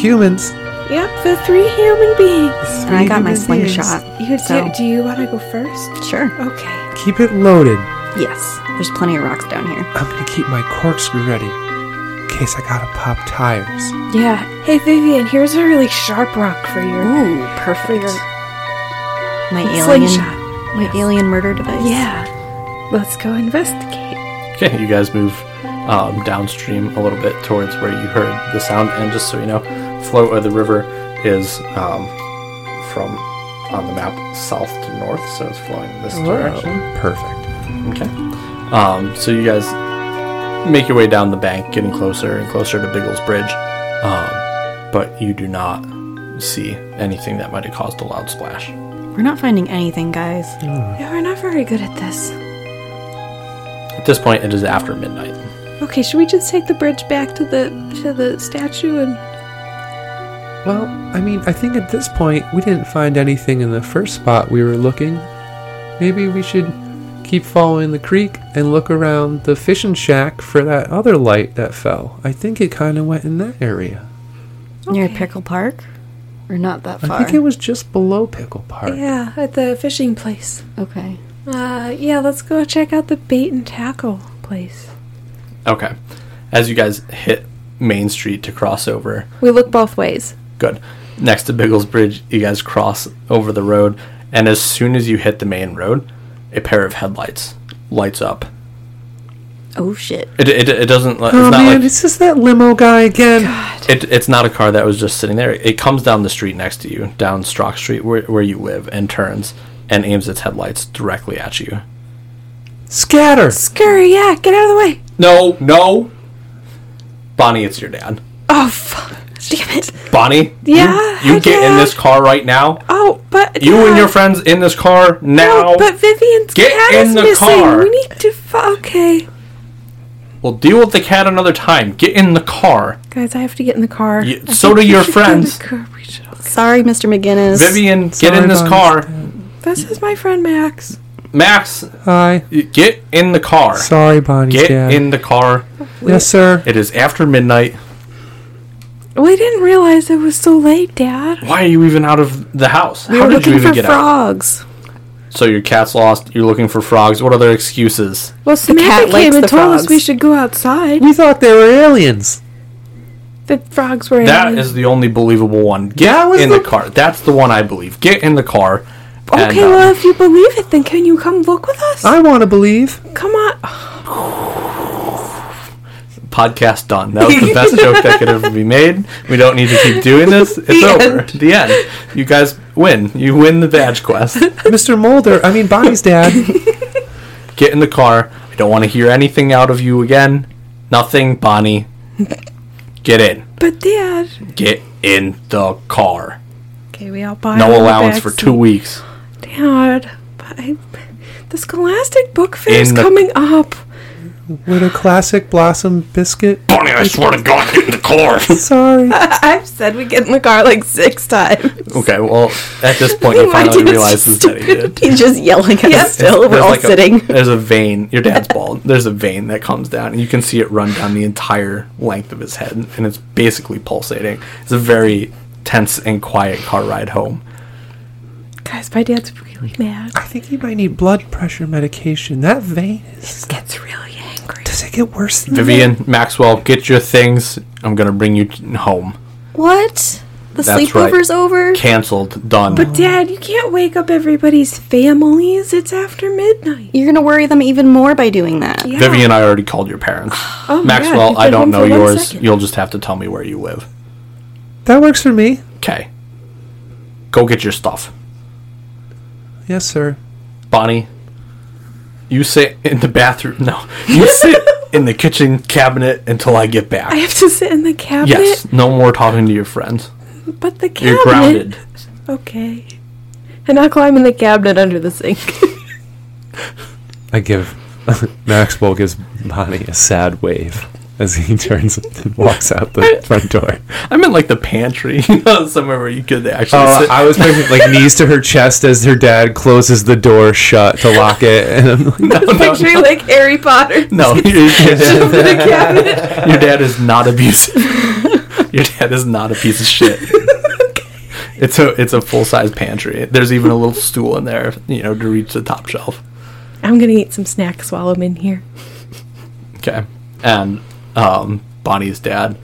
S3: humans.
S4: Yep. The three human beings.
S2: And I got my
S3: Three human
S2: slingshot.
S4: You,
S2: So-
S4: do, do you want to go first?
S2: Sure.
S4: Okay.
S3: Keep it loaded.
S2: Yes. There's plenty of rocks down here.
S3: I'm gonna keep my corkscrew ready in case I gotta pop tires.
S4: Yeah. Hey, Vivian. Here's a really sharp rock for your
S2: Ooh,
S4: for your
S2: My alien,
S4: slingshot.
S2: my alien murder device.
S4: Yeah. Let's go investigate.
S1: Okay, you guys move um, downstream a little bit towards where you heard the sound. And just so you know, flow of the river is um, from on the map south to north, so it's flowing this direction.
S3: Perfect.
S1: Okay. Um, so you guys make your way down the bank, getting closer and closer to Biggles Bridge, um, but you do not see anything that might have caused a loud splash.
S2: We're not finding anything, guys.
S4: Yeah, we're not very good at this.
S1: At this point, it is after midnight.
S4: Okay, should we just take the bridge back to the to the statue and
S3: Well, I mean, I think at this point we didn't find anything in the first spot we were looking. Maybe we should keep following the creek and look around the fishing shack for that other light that fell. I think it kind of went in that area.
S2: Near
S4: Okay.
S2: Pickle Park? Or not that far?
S3: I think it was just below Pickle Park.
S4: yeah at the fishing place?
S2: okay.
S4: Uh, yeah, let's go check out the bait and tackle place.
S1: Okay. As you guys hit Main Street to cross over,
S4: We look both ways.
S1: good. Next to Biggles Bridge, you guys cross over the road, and as soon as you hit the main road, a pair of headlights lights up.
S2: Oh, shit.
S1: It, it, it doesn't. It's not
S3: Oh man,
S1: like,
S3: it's just that limo guy again.
S1: It, it's not a car that was just sitting there. It comes down the street next to you, down Strock Street, where, where you live, and turns and aims its headlights directly at you.
S3: Scatter!
S4: Scurry, yeah, get out of the way.
S1: No, no! Bonnie, it's your dad.
S4: Oh, fuck. damn it.
S1: Bonnie,
S4: Yeah,
S1: you, you
S4: hi,
S1: get in
S4: Dad.
S1: this car right now.
S4: Oh, but
S1: You and
S4: Dad,
S1: your friends in this car now.
S4: No, but Vivian's
S1: Get
S4: cat
S1: in
S4: is
S1: the
S4: missing.
S1: car.
S4: We need to. F- okay,
S1: we'll deal with the cat another time. Get in the car.
S4: guys, I have to get in the car.
S1: You-
S4: I
S1: so
S4: think
S1: do
S4: we
S1: your
S4: should go in the
S1: friends.
S4: car. We should all-
S2: Sorry, Mr. McGinnis.
S1: Vivian, get in
S3: Sorry,
S1: this
S3: Bonnie.
S1: car.
S4: This is my friend Max.
S1: Max,
S3: Hi.
S1: y- get in the car.
S3: Sorry, Bonnie's
S1: Get
S3: dad.
S1: in the car.
S3: yes, sir.
S1: It is after midnight.
S4: We didn't realize it was so late, Dad.
S1: Why are you even out of the house?
S2: We
S1: How
S2: were
S1: did you
S2: looking
S1: even
S2: for
S1: get out?
S2: frogs.
S1: So your cat's lost. You're looking for frogs. What other excuses?
S4: Well,
S2: cat likes
S4: Samantha came and
S2: the
S4: told us
S2: frogs.
S4: we should go outside.
S3: We thought they were aliens.
S4: The frogs were
S1: That
S4: in.
S1: is the only believable one. Get
S3: That was
S1: in the,
S3: the-
S1: car. That's the one I believe. Get in the car.
S4: Okay,
S1: and,
S4: well,
S1: um,
S4: if you believe it, then can you come look with us?
S3: I want to believe.
S4: come on.
S1: podcast done. That was the best joke that could ever be made. We don't need to keep doing this. It's over. The end. You guys win. You win the badge quest.
S3: Mr. Mulder, I mean Bonnie's dad.
S1: Get in the car. I don't want to hear anything out of you again. Nothing, Bonnie. Get in.
S4: But Dad.
S1: Get in the car.
S4: Okay, we all buy.
S1: No
S4: our
S1: allowance for
S4: bags
S1: two weeks.
S4: and- Dad, but I, the Scholastic Book Fair is
S1: In the-
S4: coming up.
S3: with a classic blossom biscuit.
S1: Barney, I swear to God, get in the car.
S3: Sorry.
S4: I've said we get in the car like six times.
S1: okay, well, at this point, he
S2: My
S1: finally
S2: dad's
S1: realizes that he did.
S2: He's just yelling at us
S4: Oh,
S2: still. We're
S1: There's
S2: all
S1: like a-
S2: sitting.
S1: there's a vein. Your dad's bald. There's a vein that comes down, and you can see it run down the entire length of his head, and it's basically pulsating. It's a very tense and quiet car ride home.
S4: Guys, my dad's really mad.
S3: I think you might need blood pressure medication. That vein is.
S4: Just gets really angry.
S3: Does it get worse than
S1: Vivian, Maxwell, get your things. I'm gonna bring you t- home.
S2: What? The
S1: That's
S2: sleepover's
S1: right.
S2: over?
S1: Cancelled. Done.
S4: But Dad, you can't wake up everybody's families. It's after midnight.
S2: You're going to worry them even more by doing that.
S4: Yeah.
S1: Vivian, I already called your parents.
S4: Oh my God,
S1: Maxwell,
S4: you've
S1: I
S4: been
S1: don't
S4: home
S1: know
S4: for one
S1: yours.
S4: second.
S1: You'll just have to tell me where you live.
S3: that? That works for me.
S1: Okay. Go get your stuff.
S3: Yes, sir.
S1: Bonnie, you sit in the bathroom. No, you sit in the kitchen cabinet until I get back.
S4: I have to sit in the cabinet,
S1: yes, no more talking to your friends.
S4: but the cabinet.
S1: You're grounded.
S4: Okay. And I'll climb in the cabinet under the sink.
S3: I give. Maxwell gives Bonnie a sad wave as he turns and walks out the front door.
S1: I meant like the pantry, you know, somewhere where you could actually
S3: Oh,
S1: sit.
S3: I was picturing like knees to her chest as her dad closes the door shut to lock it, and I'm like,
S1: no, no,
S4: Picture like Harry Potter.
S1: no, your
S4: in
S1: dad,
S4: the cabinet.
S1: your dad is not abusive. your dad is not a piece of shit. It's a it's a full size pantry. There's even a little stool in there, you know, to reach the top shelf.
S4: I'm gonna eat some snacks while I'm in here.
S1: Okay. And um, Bonnie's dad,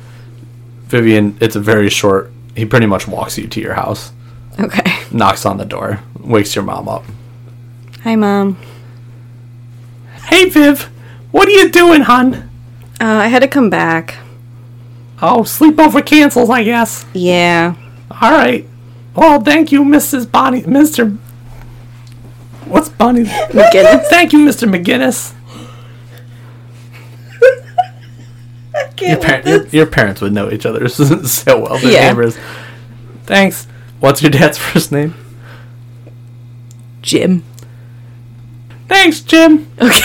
S1: Vivian, it's a very short. He pretty much walks you to your house,
S2: Okay.
S1: knocks on the door, wakes your mom up.
S2: Hi, Mom.
S1: Hey, Viv, what are you doing, hon?
S2: Uh, I had to come back.
S1: Oh, sleepover cancels, I guess.
S2: Yeah.
S1: All right. Well, thank you, Mrs. Bonnie, Mr. What's Bonnie?
S2: McGinnis.
S1: thank you, Mr. McGinnis. Your, par- your, your parents would know each other so well. They're
S2: Yeah.
S1: neighbors. Thanks. What's your dad's first name?
S4: Jim.
S1: Thanks, Jim.
S4: Okay.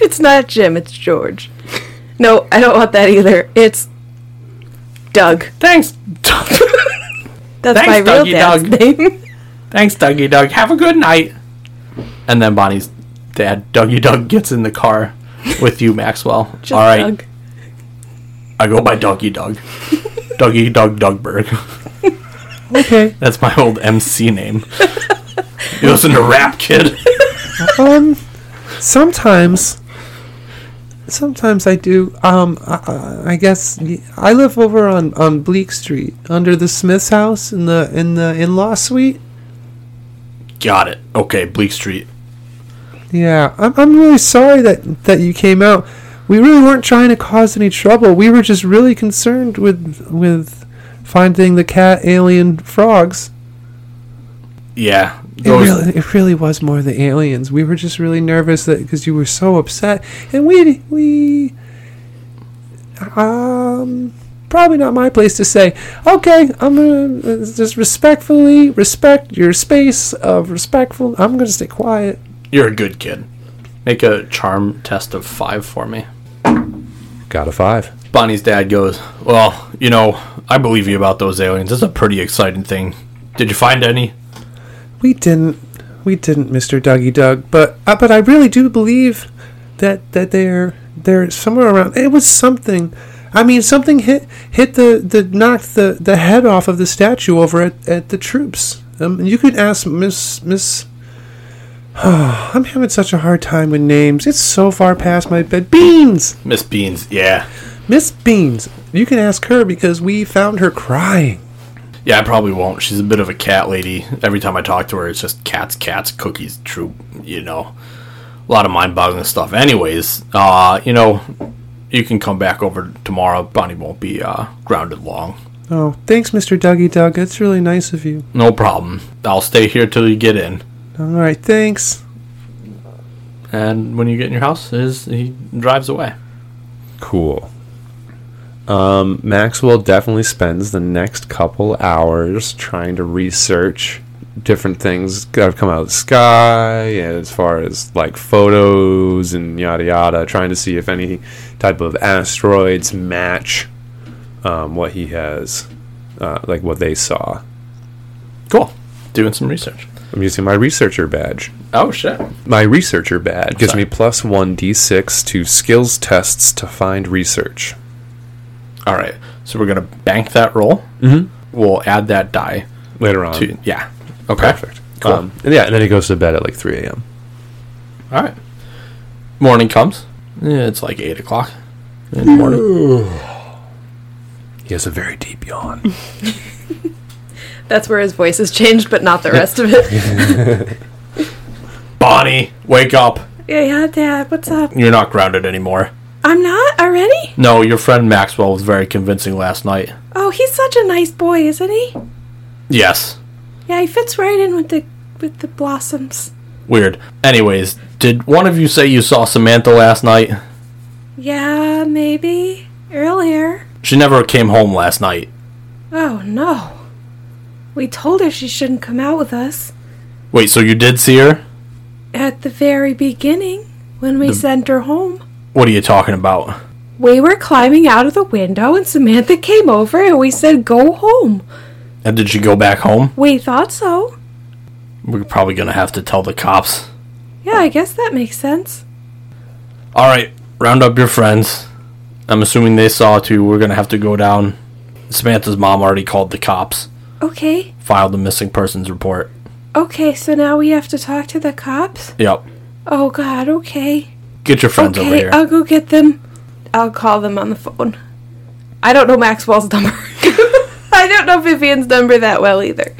S4: it's not Jim, it's George. No, I don't want that either. It's Doug.
S1: Thanks.
S4: That's
S1: Thanks,
S4: my real
S1: Dougie
S4: dad's
S1: Doug.
S4: name.
S1: Thanks, Dougie Doug. Have a good night. And then Bonnie's dad, Dougie Doug, gets in the car with you, Maxwell. All right.
S4: Doug.
S1: I go by Dougie Doug. Dougie Doug Dougberg.
S3: okay,
S1: That's my old MC name. you listen to rap, kid.
S3: um, sometimes, sometimes I do. Um, I, I- I guess I live over on on Bleak Street under the Smith's house in the in the in law suite.
S1: Got it. Okay, Bleak Street.
S3: Yeah, I'm, I'm really sorry that that you came out. We really weren't trying to cause any trouble. We were just really concerned with with finding the cat alien frogs.
S1: Yeah.
S3: It
S1: Those,
S3: really, it really was more the aliens. We were just really nervous that because you were so upset, and we we um probably not my place to say. Okay, I'm gonna uh, just respectfully respect your space of respectful. I'm gonna stay quiet.
S1: You're a good kid. Make a charm test of five for me.
S3: Got a five.
S1: Bonnie's dad goes, Well, you know, I believe you about those aliens. It's a pretty exciting thing. Did you find any?
S3: We didn't. We didn't, Mister Dougie Doug. But uh, but I really do believe that that they're they're somewhere around. It was something. I mean, something hit hit the the knocked the the head off of the statue over at, at the troops. Um, and you could ask Miss Miss. I'm having such a hard time with names. It's so far past my bed. Beans,
S1: Miss Beans, yeah.
S3: Miss Beans. You can ask her because we found her crying.
S1: Yeah, I probably won't. She's a bit of a cat lady. Every time I talk to her, it's just cats, cats, cookies, true, you know. A lot of mind boggling stuff. Anyways, uh, you know, you can come back over tomorrow. Bonnie won't be uh, grounded long.
S3: Oh, thanks, Mister Dougie Doug. That's really nice of you.
S1: No problem. I'll stay here till you get in.
S3: All right, thanks.
S1: And when you get in your house, his, he drives away.
S3: Cool. Um, Maxwell definitely spends the next couple hours trying to research different things that have come out of the sky as far as like photos and yada yada, trying to see if any type of asteroids match um, what he has, uh, like what they saw.
S1: Cool. Doing some research.
S3: I'm using my researcher badge.
S1: Oh shit.
S3: My researcher badge gives
S1: Sorry.
S3: me plus one d6 to skills tests to find research.
S1: All right. So we're gonna bank that roll. Mm-hmm. We'll add that die
S3: Later on.
S1: to yeah. Okay.
S3: Perfect.
S1: Cool.
S3: Um, and yeah, and then he goes to bed at like 3 a.m.
S1: All right. Morning comes. Yeah, it's like eight o'clock. In the morning.
S3: He has a very deep yawn.
S4: That's where his voice has changed, but not the rest of it.
S1: Bonnie, wake up.
S4: yeah, yeah, Dad, what's up?
S1: You're not grounded anymore.
S4: I'm not already?
S1: No, your friend Maxwell was very convincing last night.
S4: Oh, he's such a nice boy, isn't he?
S1: Yes.
S4: Yeah, he fits right in with the with the blossoms.
S1: Weird. Anyways, did one of you say you saw Samantha last night?
S4: Yeah, maybe earlier.
S1: She never came home last night.
S4: Oh no. We told her she shouldn't come out with us
S1: Wait, so you did see her?
S4: at the very beginning when we sent her home.
S1: What are you talking about?
S4: We were climbing out of the window and Samantha came over and we said go home.
S1: And did she go back home?
S4: We thought so.
S1: We're probably gonna have to tell the cops.
S4: Yeah, I guess that makes sense.
S1: Alright, round up your friends. I'm assuming they saw too. We're gonna have to go down. Samantha's mom already called the cops,
S4: Okay.
S1: filed a missing persons report.
S4: Okay, so now we have to talk to the cops?
S1: Yep.
S4: Oh god, okay.
S1: Get your friends over
S4: Okay,
S1: here.
S2: uh,
S4: I'll go get them. I'll call them on the phone. I don't know Maxwell's number. I don't know Vivian's number that well either.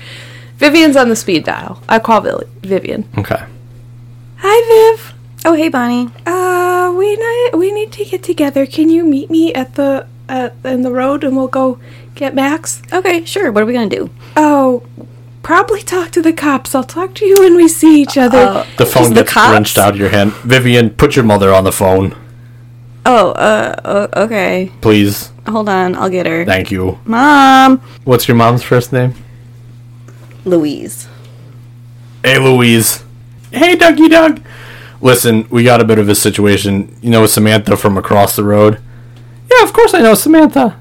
S4: Vivian's on the speed dial. I call Vil- Vivian.
S1: okay.
S4: Hi, Viv.
S2: Oh, hey, Bonnie.
S4: Uh, we need we need to get together. Can you meet me at the at in the road and we'll go get Max?
S2: Okay, sure. What are we gonna do?
S4: Oh, probably talk to the cops. I'll talk to you when we see each other.
S1: The phone
S2: the
S1: gets
S2: cops?
S1: wrenched out of your hand. Vivian, put your mother on the phone,
S2: Oh, uh, o- okay.
S1: please.
S2: Hold on, I'll get her.
S1: Thank you.
S2: Mom,
S1: What's your mom's first name?
S2: Louise.
S1: Hey, Louise. Hey, Dougie Doug. Listen, we got a bit of a situation. You know Samantha from across the road? Yeah, of course I know Samantha.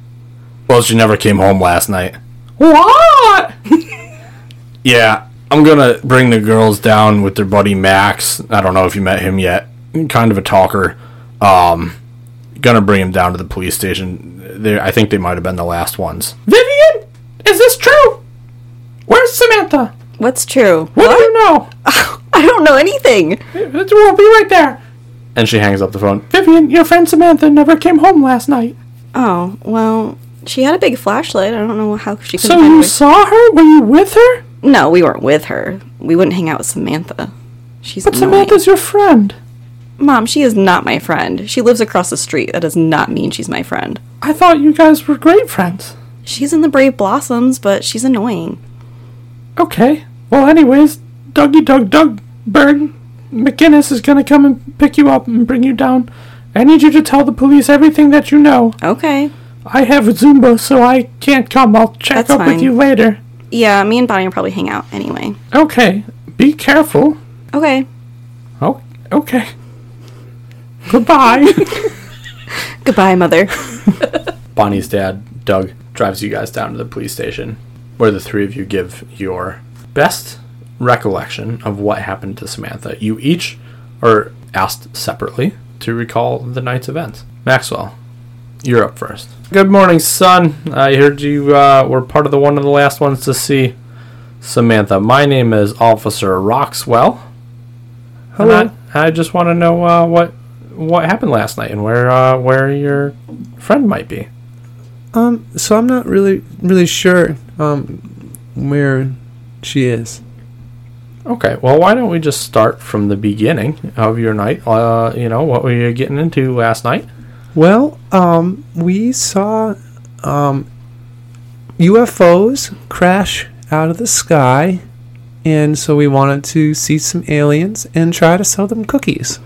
S1: Well, she never came home last night. What? yeah, I'm gonna bring the girls down with their buddy Max. I don't know if you met him yet. Kind of a talker. Um, gonna bring him down to the police station. They, I think they might have been the last ones. Vivian, is this true? Where's Samantha?
S2: What's true?
S1: What do you know?
S2: I don't know anything.
S1: We'll be right there. And she hangs up the phone. Vivian, your friend Samantha never came home last night.
S2: Oh, well, she had a big flashlight. I don't know how she could.
S1: So you saw her? Were you with her?
S2: No, we weren't with her. We wouldn't hang out with Samantha. She's
S1: But
S2: annoying.
S1: Samantha's your friend.
S2: Mom, she is not my friend. She lives across the street. That does not mean she's my friend.
S1: I thought you guys were great friends.
S2: She's in the Brave Blossoms, but she's annoying.
S1: Okay. Well, anyways, Dougie Doug Dougberg McGinnis is gonna come and pick you up and bring you down. I need you to tell the police everything that you know.
S2: Okay.
S1: I have Zumba, so I can't come. I'll check
S2: That's
S1: up
S2: fine.
S1: with you later.
S2: Yeah, me and Bonnie will probably hang out anyway.
S1: Okay. Be careful.
S2: Okay.
S1: Oh, okay. Goodbye.
S2: Goodbye, Mother.
S1: Bonnie's dad, Doug, drives you guys down to the police station, where the three of you give your best recollection of what happened to Samantha. You each are asked separately to recall the night's events. Maxwell, you're up first. Good morning, son. I heard you uh, were part of the one of the last ones to see Samantha. My name is Officer Roxwell. Hello. And I, I just want to know uh, what what happened last night and where uh, where your friend might be.
S3: Um, so I'm not really really sure um where she is.
S1: Okay, well, why don't we just start from the beginning of your night? Uh, you know, what were you getting into last night?
S3: Well, um we saw um UFOs crash out of the sky and so we wanted to see some aliens and try to sell them cookies.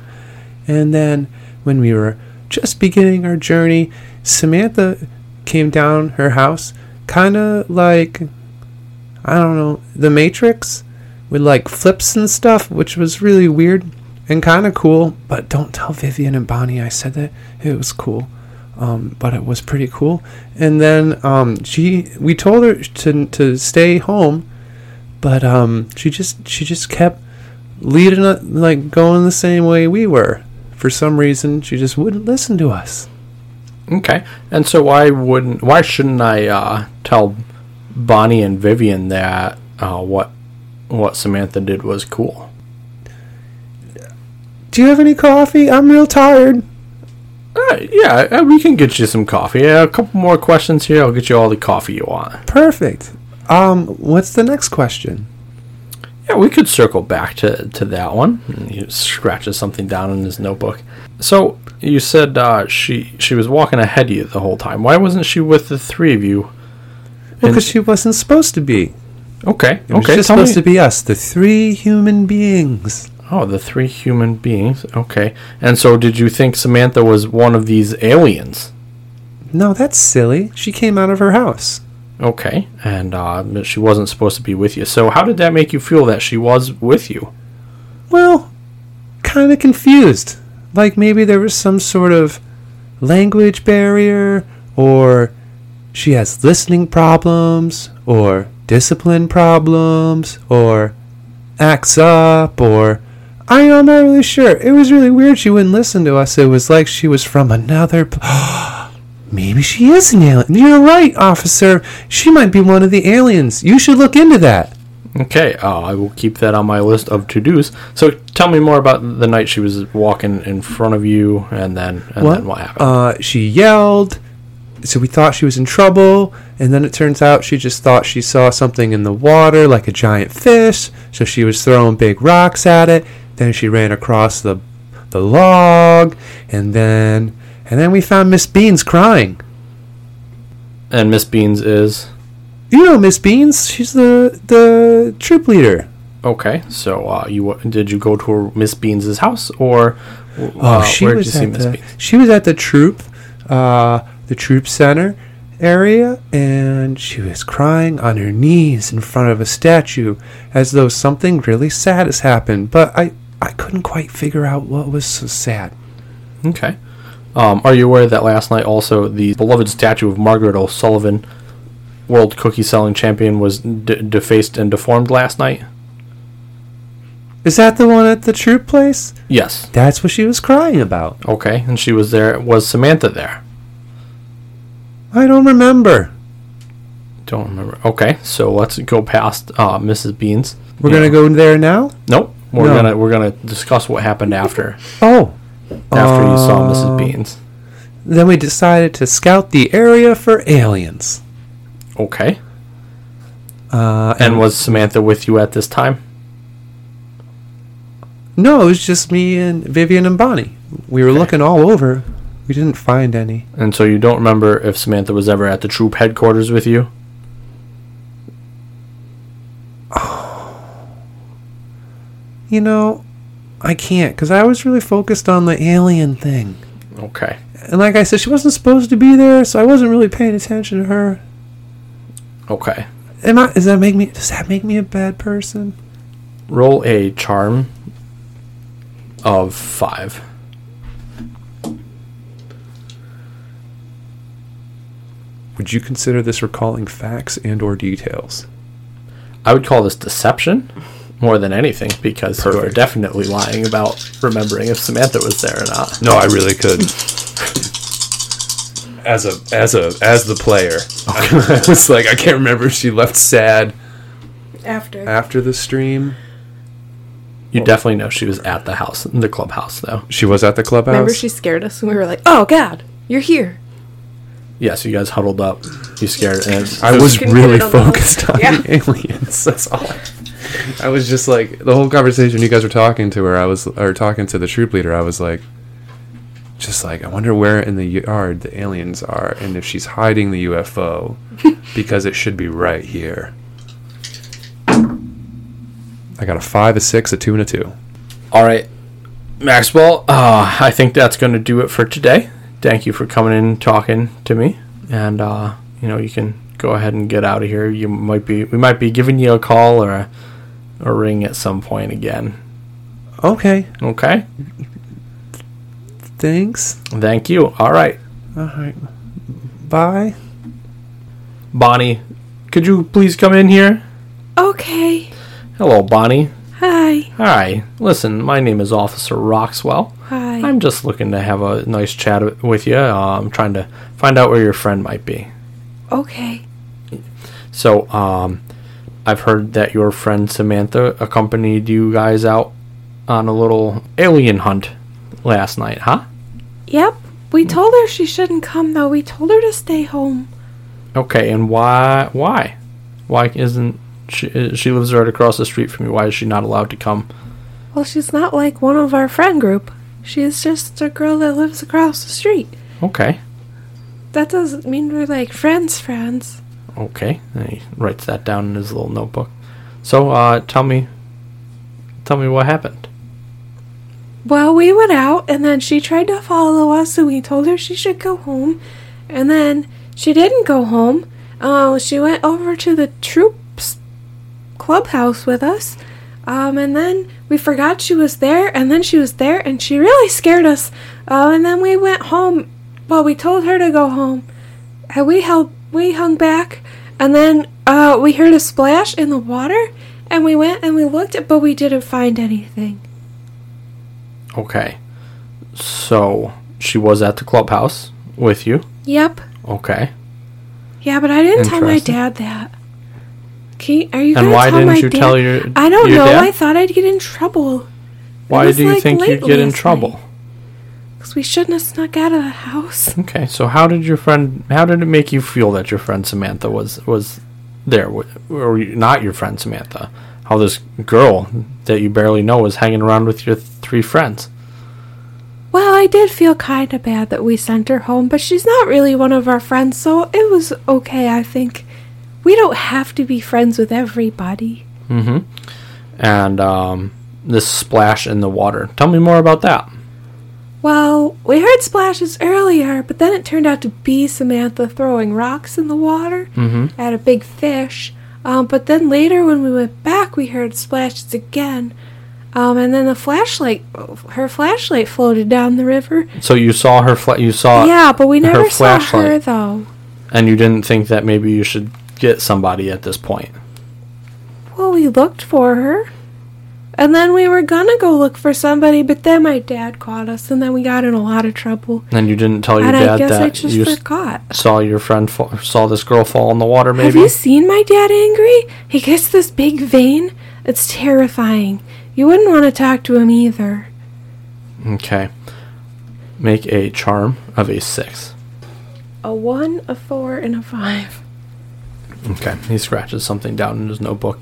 S3: And then when we were just beginning our journey, Samantha came down her house kind of like I don't know, the Matrix with like flips and stuff, which was really weird and kind of cool. But don't tell Vivian and Bonnie I said that. It was cool, um, but it was pretty cool. And then um, she, we told her to to stay home, but um, she just she just kept leading us like going the same way we were. For some reason, she just wouldn't listen to us.
S1: Okay. And so why wouldn't why shouldn't I uh, tell Bonnie and Vivian that uh, what what Samantha did was cool?
S3: Do you have any coffee? I'm real tired.
S1: Uh, yeah, uh, we can get you some coffee. Uh, a couple more questions here. I'll get you all the coffee you want.
S3: Perfect. Um, what's the next question?
S1: Yeah, we could circle back to, to that one. And He scratches something down in his notebook. So you said uh, she she was walking ahead of you the whole time. Why wasn't she with the three of you?
S3: Well,
S1: And-
S3: because she wasn't supposed to be.
S1: Okay,
S3: It was
S1: okay.
S3: just
S1: tell me-
S3: supposed to be us, the three human beings.
S1: Oh, the three human beings. Okay. And so did you think Samantha was one of these aliens?
S3: No, that's silly. She came out of her house.
S1: Okay. And uh, but she wasn't supposed to be with you. So how did that make you feel that she was with you?
S3: Well, kind of confused. Like maybe there was some sort of language barrier, or she has listening problems, or discipline problems, or acts up, or I don't know, I'm not really sure. It was really weird she wouldn't listen to us. It was like she was from another. Pl- maybe she is an alien. You're right, officer. She might be one of the aliens. You should look into that.
S1: Okay. Uh, I will keep that on my list of to dos. So tell me more about the night she was walking in front of you and then and then what happened.
S3: Uh, she yelled. So we thought she was in trouble, and then it turns out she just thought she saw something in the water, like a giant fish. So she was throwing big rocks at it. Then she ran across the the log, and then and then we found Miss Beans crying.
S1: and Miss Beans is.
S3: You know Miss Beans, she's the the troop leader.
S1: Okay. So uh, you wa- did you go to Miss Beans's house or
S3: Oh,
S1: uh,
S3: she
S1: where
S3: was
S1: did you see
S3: at
S1: Miss
S3: the,
S1: Beans?
S3: She was at the troop, uh, the troop center area, and she was crying on her knees in front of a statue, as though something really sad has happened. But I, I couldn't quite figure out what was so sad.
S1: Okay. Um, are you aware that last night also the beloved statue of Margaret O'Sullivan, world cookie selling champion, was de- defaced and deformed last night?
S3: Is that the one at the troop place?
S1: Yes.
S3: That's what she was crying about.
S1: Okay. And she was there. Was Samantha there?
S3: I don't remember.
S1: Don't remember. Okay. So let's go past uh, Mrs. Beans.
S3: We're
S1: Yeah.
S3: gonna go there now.
S1: Nope. We're
S3: No.
S1: gonna we're gonna discuss what happened after
S3: Oh,
S1: after you saw
S3: Uh,
S1: Mrs. Beans.
S3: then we decided to scout the area for aliens.
S1: Okay.
S3: Uh,
S1: And was Samantha with you at this time?
S3: No, it was just me and Vivian and Bonnie. We were looking all over. We didn't find any.
S1: And so you don't remember if Samantha was ever at the troop headquarters with you?
S3: You know, I can't because I was really focused on the alien thing.
S1: Okay.
S3: And like I said, she wasn't supposed to be there, so I wasn't really paying attention to her.
S1: Okay.
S3: Am I? Does that make me? Does that make me a bad person?
S1: roll a charm of five.
S3: Would you consider this recalling facts and/or details?
S1: I would call this deception more than anything because you are
S3: Perfect.
S1: definitely lying about remembering if Samantha was there or not.
S3: No, I really could. As a as a as the player, I was like, I can't remember if she left sad
S4: After.
S3: after the stream.
S1: You definitely know she was at the house, the clubhouse, though.
S3: She was at the clubhouse.
S4: Remember, she scared us and we were like, oh, God, you're here.
S1: Yes, you guys huddled up. You scared, and
S3: I was
S4: Couldn't get
S3: really
S4: it on the list.
S3: focused on
S4: Yeah.
S3: the aliens. That's all. I- I was just like the whole conversation you guys were talking to her. I was or talking to the troop leader. I was like, just like I wonder where in the yard the aliens are, and if she's hiding the UFO because it should be right here. I got a five, a six, a two, and a two.
S1: All right, Maxwell. Uh, I think that's going to do it for today. Thank you for coming in and talking to me. And uh, you know, you can go ahead and get out of here. You might be we might be giving you a call or a, a ring at some point again.
S3: Okay.
S1: Okay?
S3: Thanks.
S1: Thank you. All right.
S3: All right. Bye.
S1: Bonnie, could you please come in here?
S4: Okay.
S1: Hello, Bonnie.
S4: Hi.
S1: Hi. Listen, my name is Officer Roxwell.
S4: Hi.
S1: I'm just looking to have a nice chat with you. Uh, I'm trying to find out where your friend might be.
S4: okay.
S1: So, um, I've heard that your friend Samantha accompanied you guys out on a little alien hunt last night, huh?
S4: Yep. We told her she shouldn't come though. We told her to stay home.
S1: Okay, and why? Why? Why isn't she? uh, She lives right across the street from you. Why is she not allowed to come?
S4: Well, she's not like one of our friend group. She's just a girl that lives across the street.
S1: Okay,
S4: That doesn't mean we're like friends, friends.
S1: okay. And he writes that down in his little notebook. So, uh, tell me, tell me what happened.
S4: Well, we went out, and then she tried to follow us, and we told her she should go home. And then she didn't go home. Uh, she went over to the troops clubhouse with us. Um, and then we forgot she was there, and then she was there, and she really scared us. Uh, and then we went home. Well, we told her to go home, and we held, we hung back, and then uh, we heard a splash in the water, and we went and we looked, but we didn't find anything.
S1: Okay, so she was at the clubhouse with you.
S4: Yep.
S1: Okay.
S4: Yeah, but I didn't tell my
S1: Interesting.
S4: dad that. Can, are you
S1: And
S4: gonna
S1: why
S4: tell my
S1: didn't you
S4: dad?
S1: tell your?
S4: I don't
S1: your
S4: know.
S1: dad?
S4: I thought I'd get in trouble
S1: Why
S4: was,
S1: do you
S4: like,
S1: think
S4: late
S1: you'd get in
S4: last
S1: trouble?
S4: night. because we shouldn't have snuck out of the house.
S1: Okay, so how did your friend? How did it make you feel that your friend Samantha was was there, W- or you- not your friend Samantha? How this girl that you barely know was hanging around with your three friends?
S4: Well, I did feel kind of bad that we sent her home, but she's not really one of our friends, so it was okay, I think. We don't have to be friends with everybody.
S1: And um, this splash in the water. Tell me more about that.
S4: Well, we heard splashes earlier, but then it turned out to be Samantha throwing rocks in the water
S1: Mm-hmm.
S4: at a big fish. Um, but then later, when we went back, we heard splashes again. Um, and then the flashlight, her flashlight floated down the river.
S1: So you saw her. Fla- you saw.
S4: yeah, but we
S1: Uh, her
S4: never saw her,
S1: flashlight.
S4: though.
S1: And you didn't think that maybe you should get somebody at this point.
S4: Well, we looked for her. And then we were gonna go look for somebody, but then my dad caught us, and then we got in a lot of trouble.
S1: And you didn't tell your
S4: and
S1: dad
S4: I guess
S1: that
S4: I just
S1: you s-
S4: forgot.
S1: saw your friend fa- saw this girl fall in the water. Maybe.
S4: Have you seen my dad angry? He gets this big vein. It's terrifying. You wouldn't want to talk to him either.
S1: Okay. Make a charm of a six.
S4: A one, a four, and a five.
S1: Okay. He scratches something down in his notebook.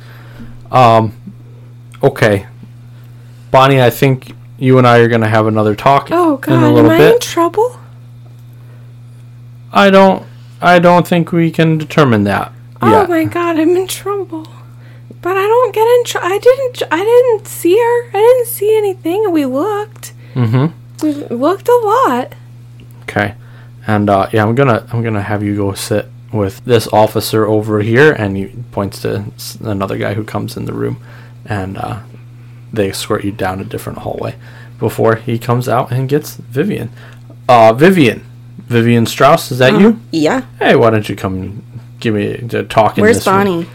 S1: Um, okay. Bonnie, I think you and I are going to have another talk
S4: Oh
S1: in
S4: God,
S1: a
S4: am
S1: little
S4: I in
S1: bit.
S4: trouble?
S1: I don't. I don't think we can determine that.
S4: Oh
S1: yet.
S4: my God, I'm in trouble. But I don't get in. Tr- I didn't. tr- I didn't see her. I didn't see anything. We looked. Mm-hmm. We looked a lot.
S1: Okay. And uh, yeah, I'm gonna I'm gonna have you go sit with this officer over here, and he points to s- another guy who comes in the room, and uh, they escort you down a different hallway before he comes out and gets Vivian. Uh, Vivian, Vivian Strauss, is that you?
S2: Yeah.
S1: Hey, why don't you come give me a talk? in
S2: Where's
S1: this room?
S2: Bonnie?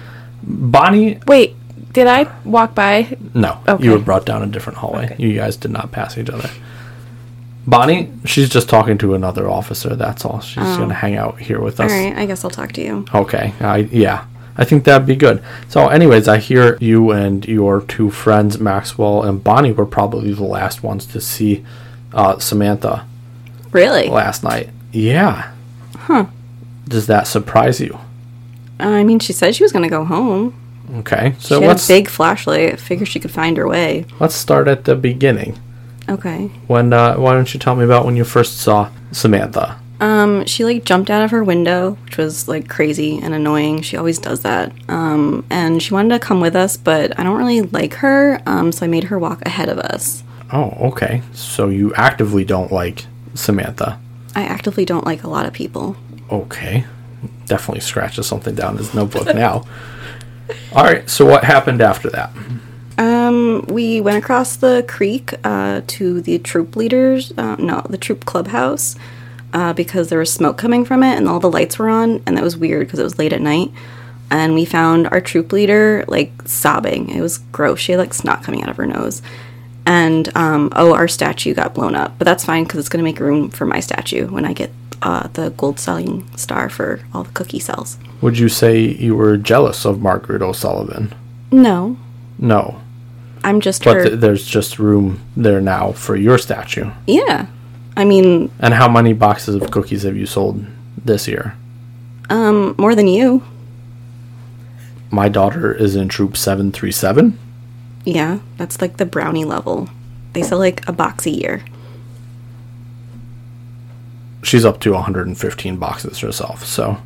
S1: Bonnie?
S4: Wait, did I walk by?
S1: No,
S4: Okay.
S1: you were brought down a different hallway. You guys did not pass each other. Bonnie, she's just talking to another officer. That's all. She's gonna hang out here with us.
S2: Oh. All right. I guess I'll talk to you.
S1: Okay. I yeah. I think that'd be good. So, anyways, I hear you and your two friends, Maxwell and Bonnie, were probably the last ones to see uh, Samantha
S2: Really?
S1: last night. Yeah. Huh. Does that surprise you?
S2: I mean, she said she was gonna go home.
S1: Okay. So
S2: she had a
S1: let's
S2: big flashlight. I figured she could find her way.
S1: let's start at the beginning.
S2: Okay.
S1: When uh, why don't you tell me about when you first saw Samantha?
S2: Um, she like jumped out of her window, which was like crazy and annoying. She always does that. Um, and she wanted to come with us, but I don't really like her. Um, so I made her walk ahead of us.
S1: Oh, okay. So you actively don't like Samantha.
S2: I actively don't like a lot of people.
S1: Okay. Definitely scratches something down in his notebook now. All right. So what happened after that?
S2: Um, we went across the creek uh, to the troop leaders, uh, no, the troop clubhouse, uh, because there was smoke coming from it and all the lights were on, and that was weird because it was late at night. And we found our troop leader like sobbing. It was gross. She had like snot coming out of her nose. And um, oh, our statue got blown up, but that's fine because it's going to make room for my statue when I get uh, the gold selling star for all the cookie cells.
S1: Would you say you were jealous of Margaret O'Sullivan?
S2: No,
S1: No.
S2: I'm just
S1: But
S2: her.
S1: th- there's just room there now for your statue.
S2: yeah, I mean
S1: And how many boxes of cookies have you sold this year?
S2: more than you.
S1: My daughter is in Troop 737.
S2: Yeah, that's like the brownie level. They sell like a box a year.
S1: She's up to 115 boxes herself. So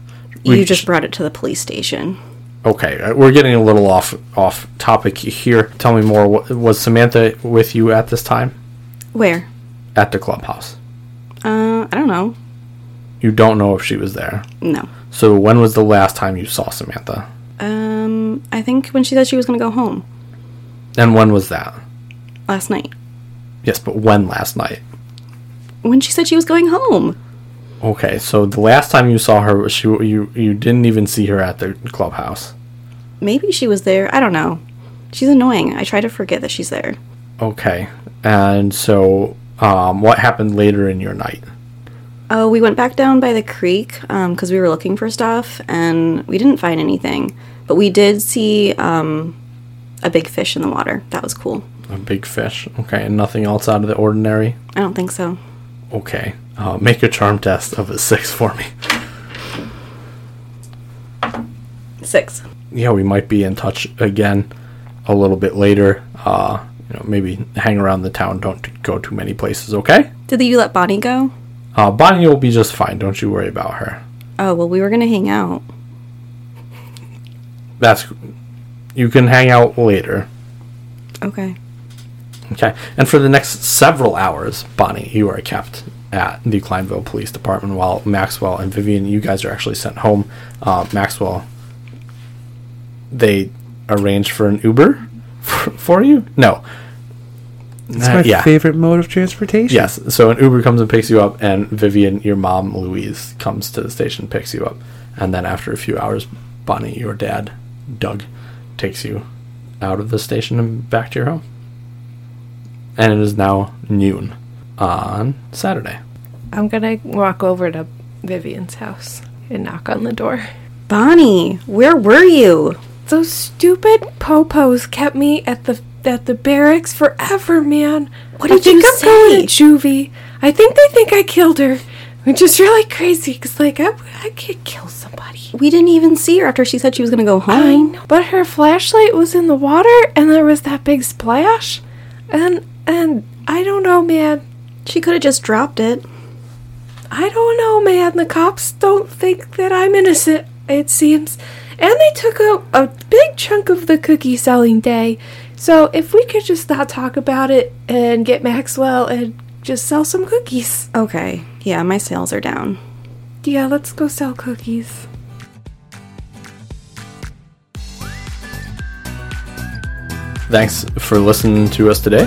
S2: you
S1: we've-
S2: just brought it to the police station.
S1: Okay, uh, we're getting a little off off topic here. Tell me more. Wa- Was Samantha with you at this time
S2: Where?
S1: at the clubhouse?
S2: Uh, I don't know.
S1: You don't know if she was there.
S2: No.
S1: So when was the last time you saw Samantha?
S2: Um, I think when she said she was gonna go home
S1: And when was that?
S2: last night.
S1: Yes, but when last night?
S2: When she said she was going home.
S1: Okay, so the last time you saw her, was she you you didn't even see her at the clubhouse.
S2: Maybe she was there. I don't know. She's annoying. I try to forget that she's there.
S1: Okay, and so um, what happened later in your night?
S2: Oh, we went back down by the creek because we were looking for stuff and we didn't find anything. But we did see um, a big fish in the water. That was cool.
S1: A big fish. Okay, and nothing else out of the ordinary.
S2: I don't think so.
S1: Okay, uh, make a charm test of a six for me.
S2: Six.
S1: yeah, we might be in touch again a little bit later. Uh, you know, maybe hang around the town. Don't go too many places, okay?
S2: Did you let Bonnie go?
S1: Uh, Bonnie will be just fine. Don't you worry about her.
S2: Oh, well, we were going to hang out.
S1: That's you can hang out later,
S2: Okay.
S1: okay? And for the next several hours, Bonnie, you are kept at the Kleinville Police Department while Maxwell and Vivian, you guys are actually sent home. Uh, Maxwell, they arrange for an Uber for, for you? No.
S3: It's
S1: Uh,
S3: my
S1: yeah.
S3: favorite mode of transportation.
S1: Yes. So an Uber comes and picks you up, and Vivian, your mom, Louise, comes to the station, picks you up, and then after a few hours, Bonnie, your dad, Doug, takes you out of the station and back to your home. And it is now noon on Saturday.
S4: I'm gonna walk over to Vivian's house and knock on the door.
S2: Bonnie, where were you?
S4: Those stupid popos kept me at the at the barracks forever, man. What
S2: did
S4: I think
S2: you
S4: I'm going to
S2: say?
S4: juvie. I think they think I killed her, which is really crazy because like I I could kill somebody.
S2: We didn't even see her after she said she was going to go
S4: I
S2: home.
S4: know, but her flashlight was in the water, and there was that big splash, and and I don't know, man.
S2: She could have just dropped it.
S4: I don't know, man. The cops don't think that I'm innocent, it seems. And they took out a big chunk of the cookie selling day. So if we could just not talk about it and get Maxwell and just sell some cookies.
S2: Okay. Yeah, my sales are down.
S4: Yeah, let's go sell cookies.
S1: Thanks for listening to us today.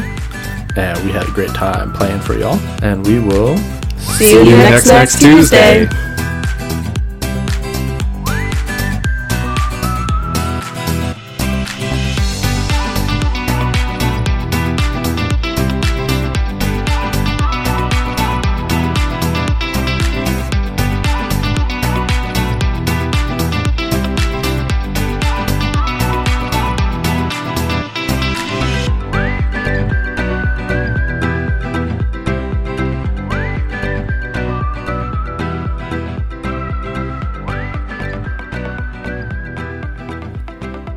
S1: And we had a great time playing for y'all. And we will
S2: See you,
S3: next- next Tuesday.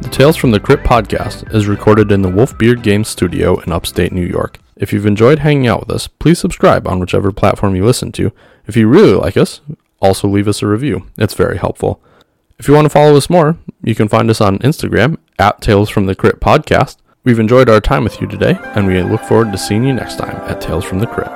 S5: The Tales from the Crypt podcast is recorded in the Wolfbeard Games studio in upstate New York. If you've enjoyed hanging out with us, please subscribe on whichever platform you listen to. If you really like us, also leave us a review. It's very helpful. If you want to follow us more, you can find us on Instagram at Tales from the Crypt podcast. We've enjoyed our time with you today, and we look forward to seeing you next time at Tales from the Crypt.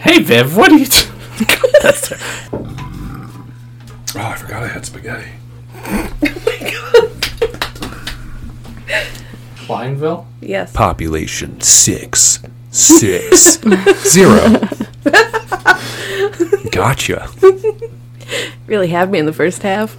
S6: Hey, Viv, what are you? T- That's her.
S3: Oh, I forgot I had spaghetti.
S6: Kleinville.
S4: Yes.
S3: Population six, six, zero. gotcha.
S4: Really had me in the first half.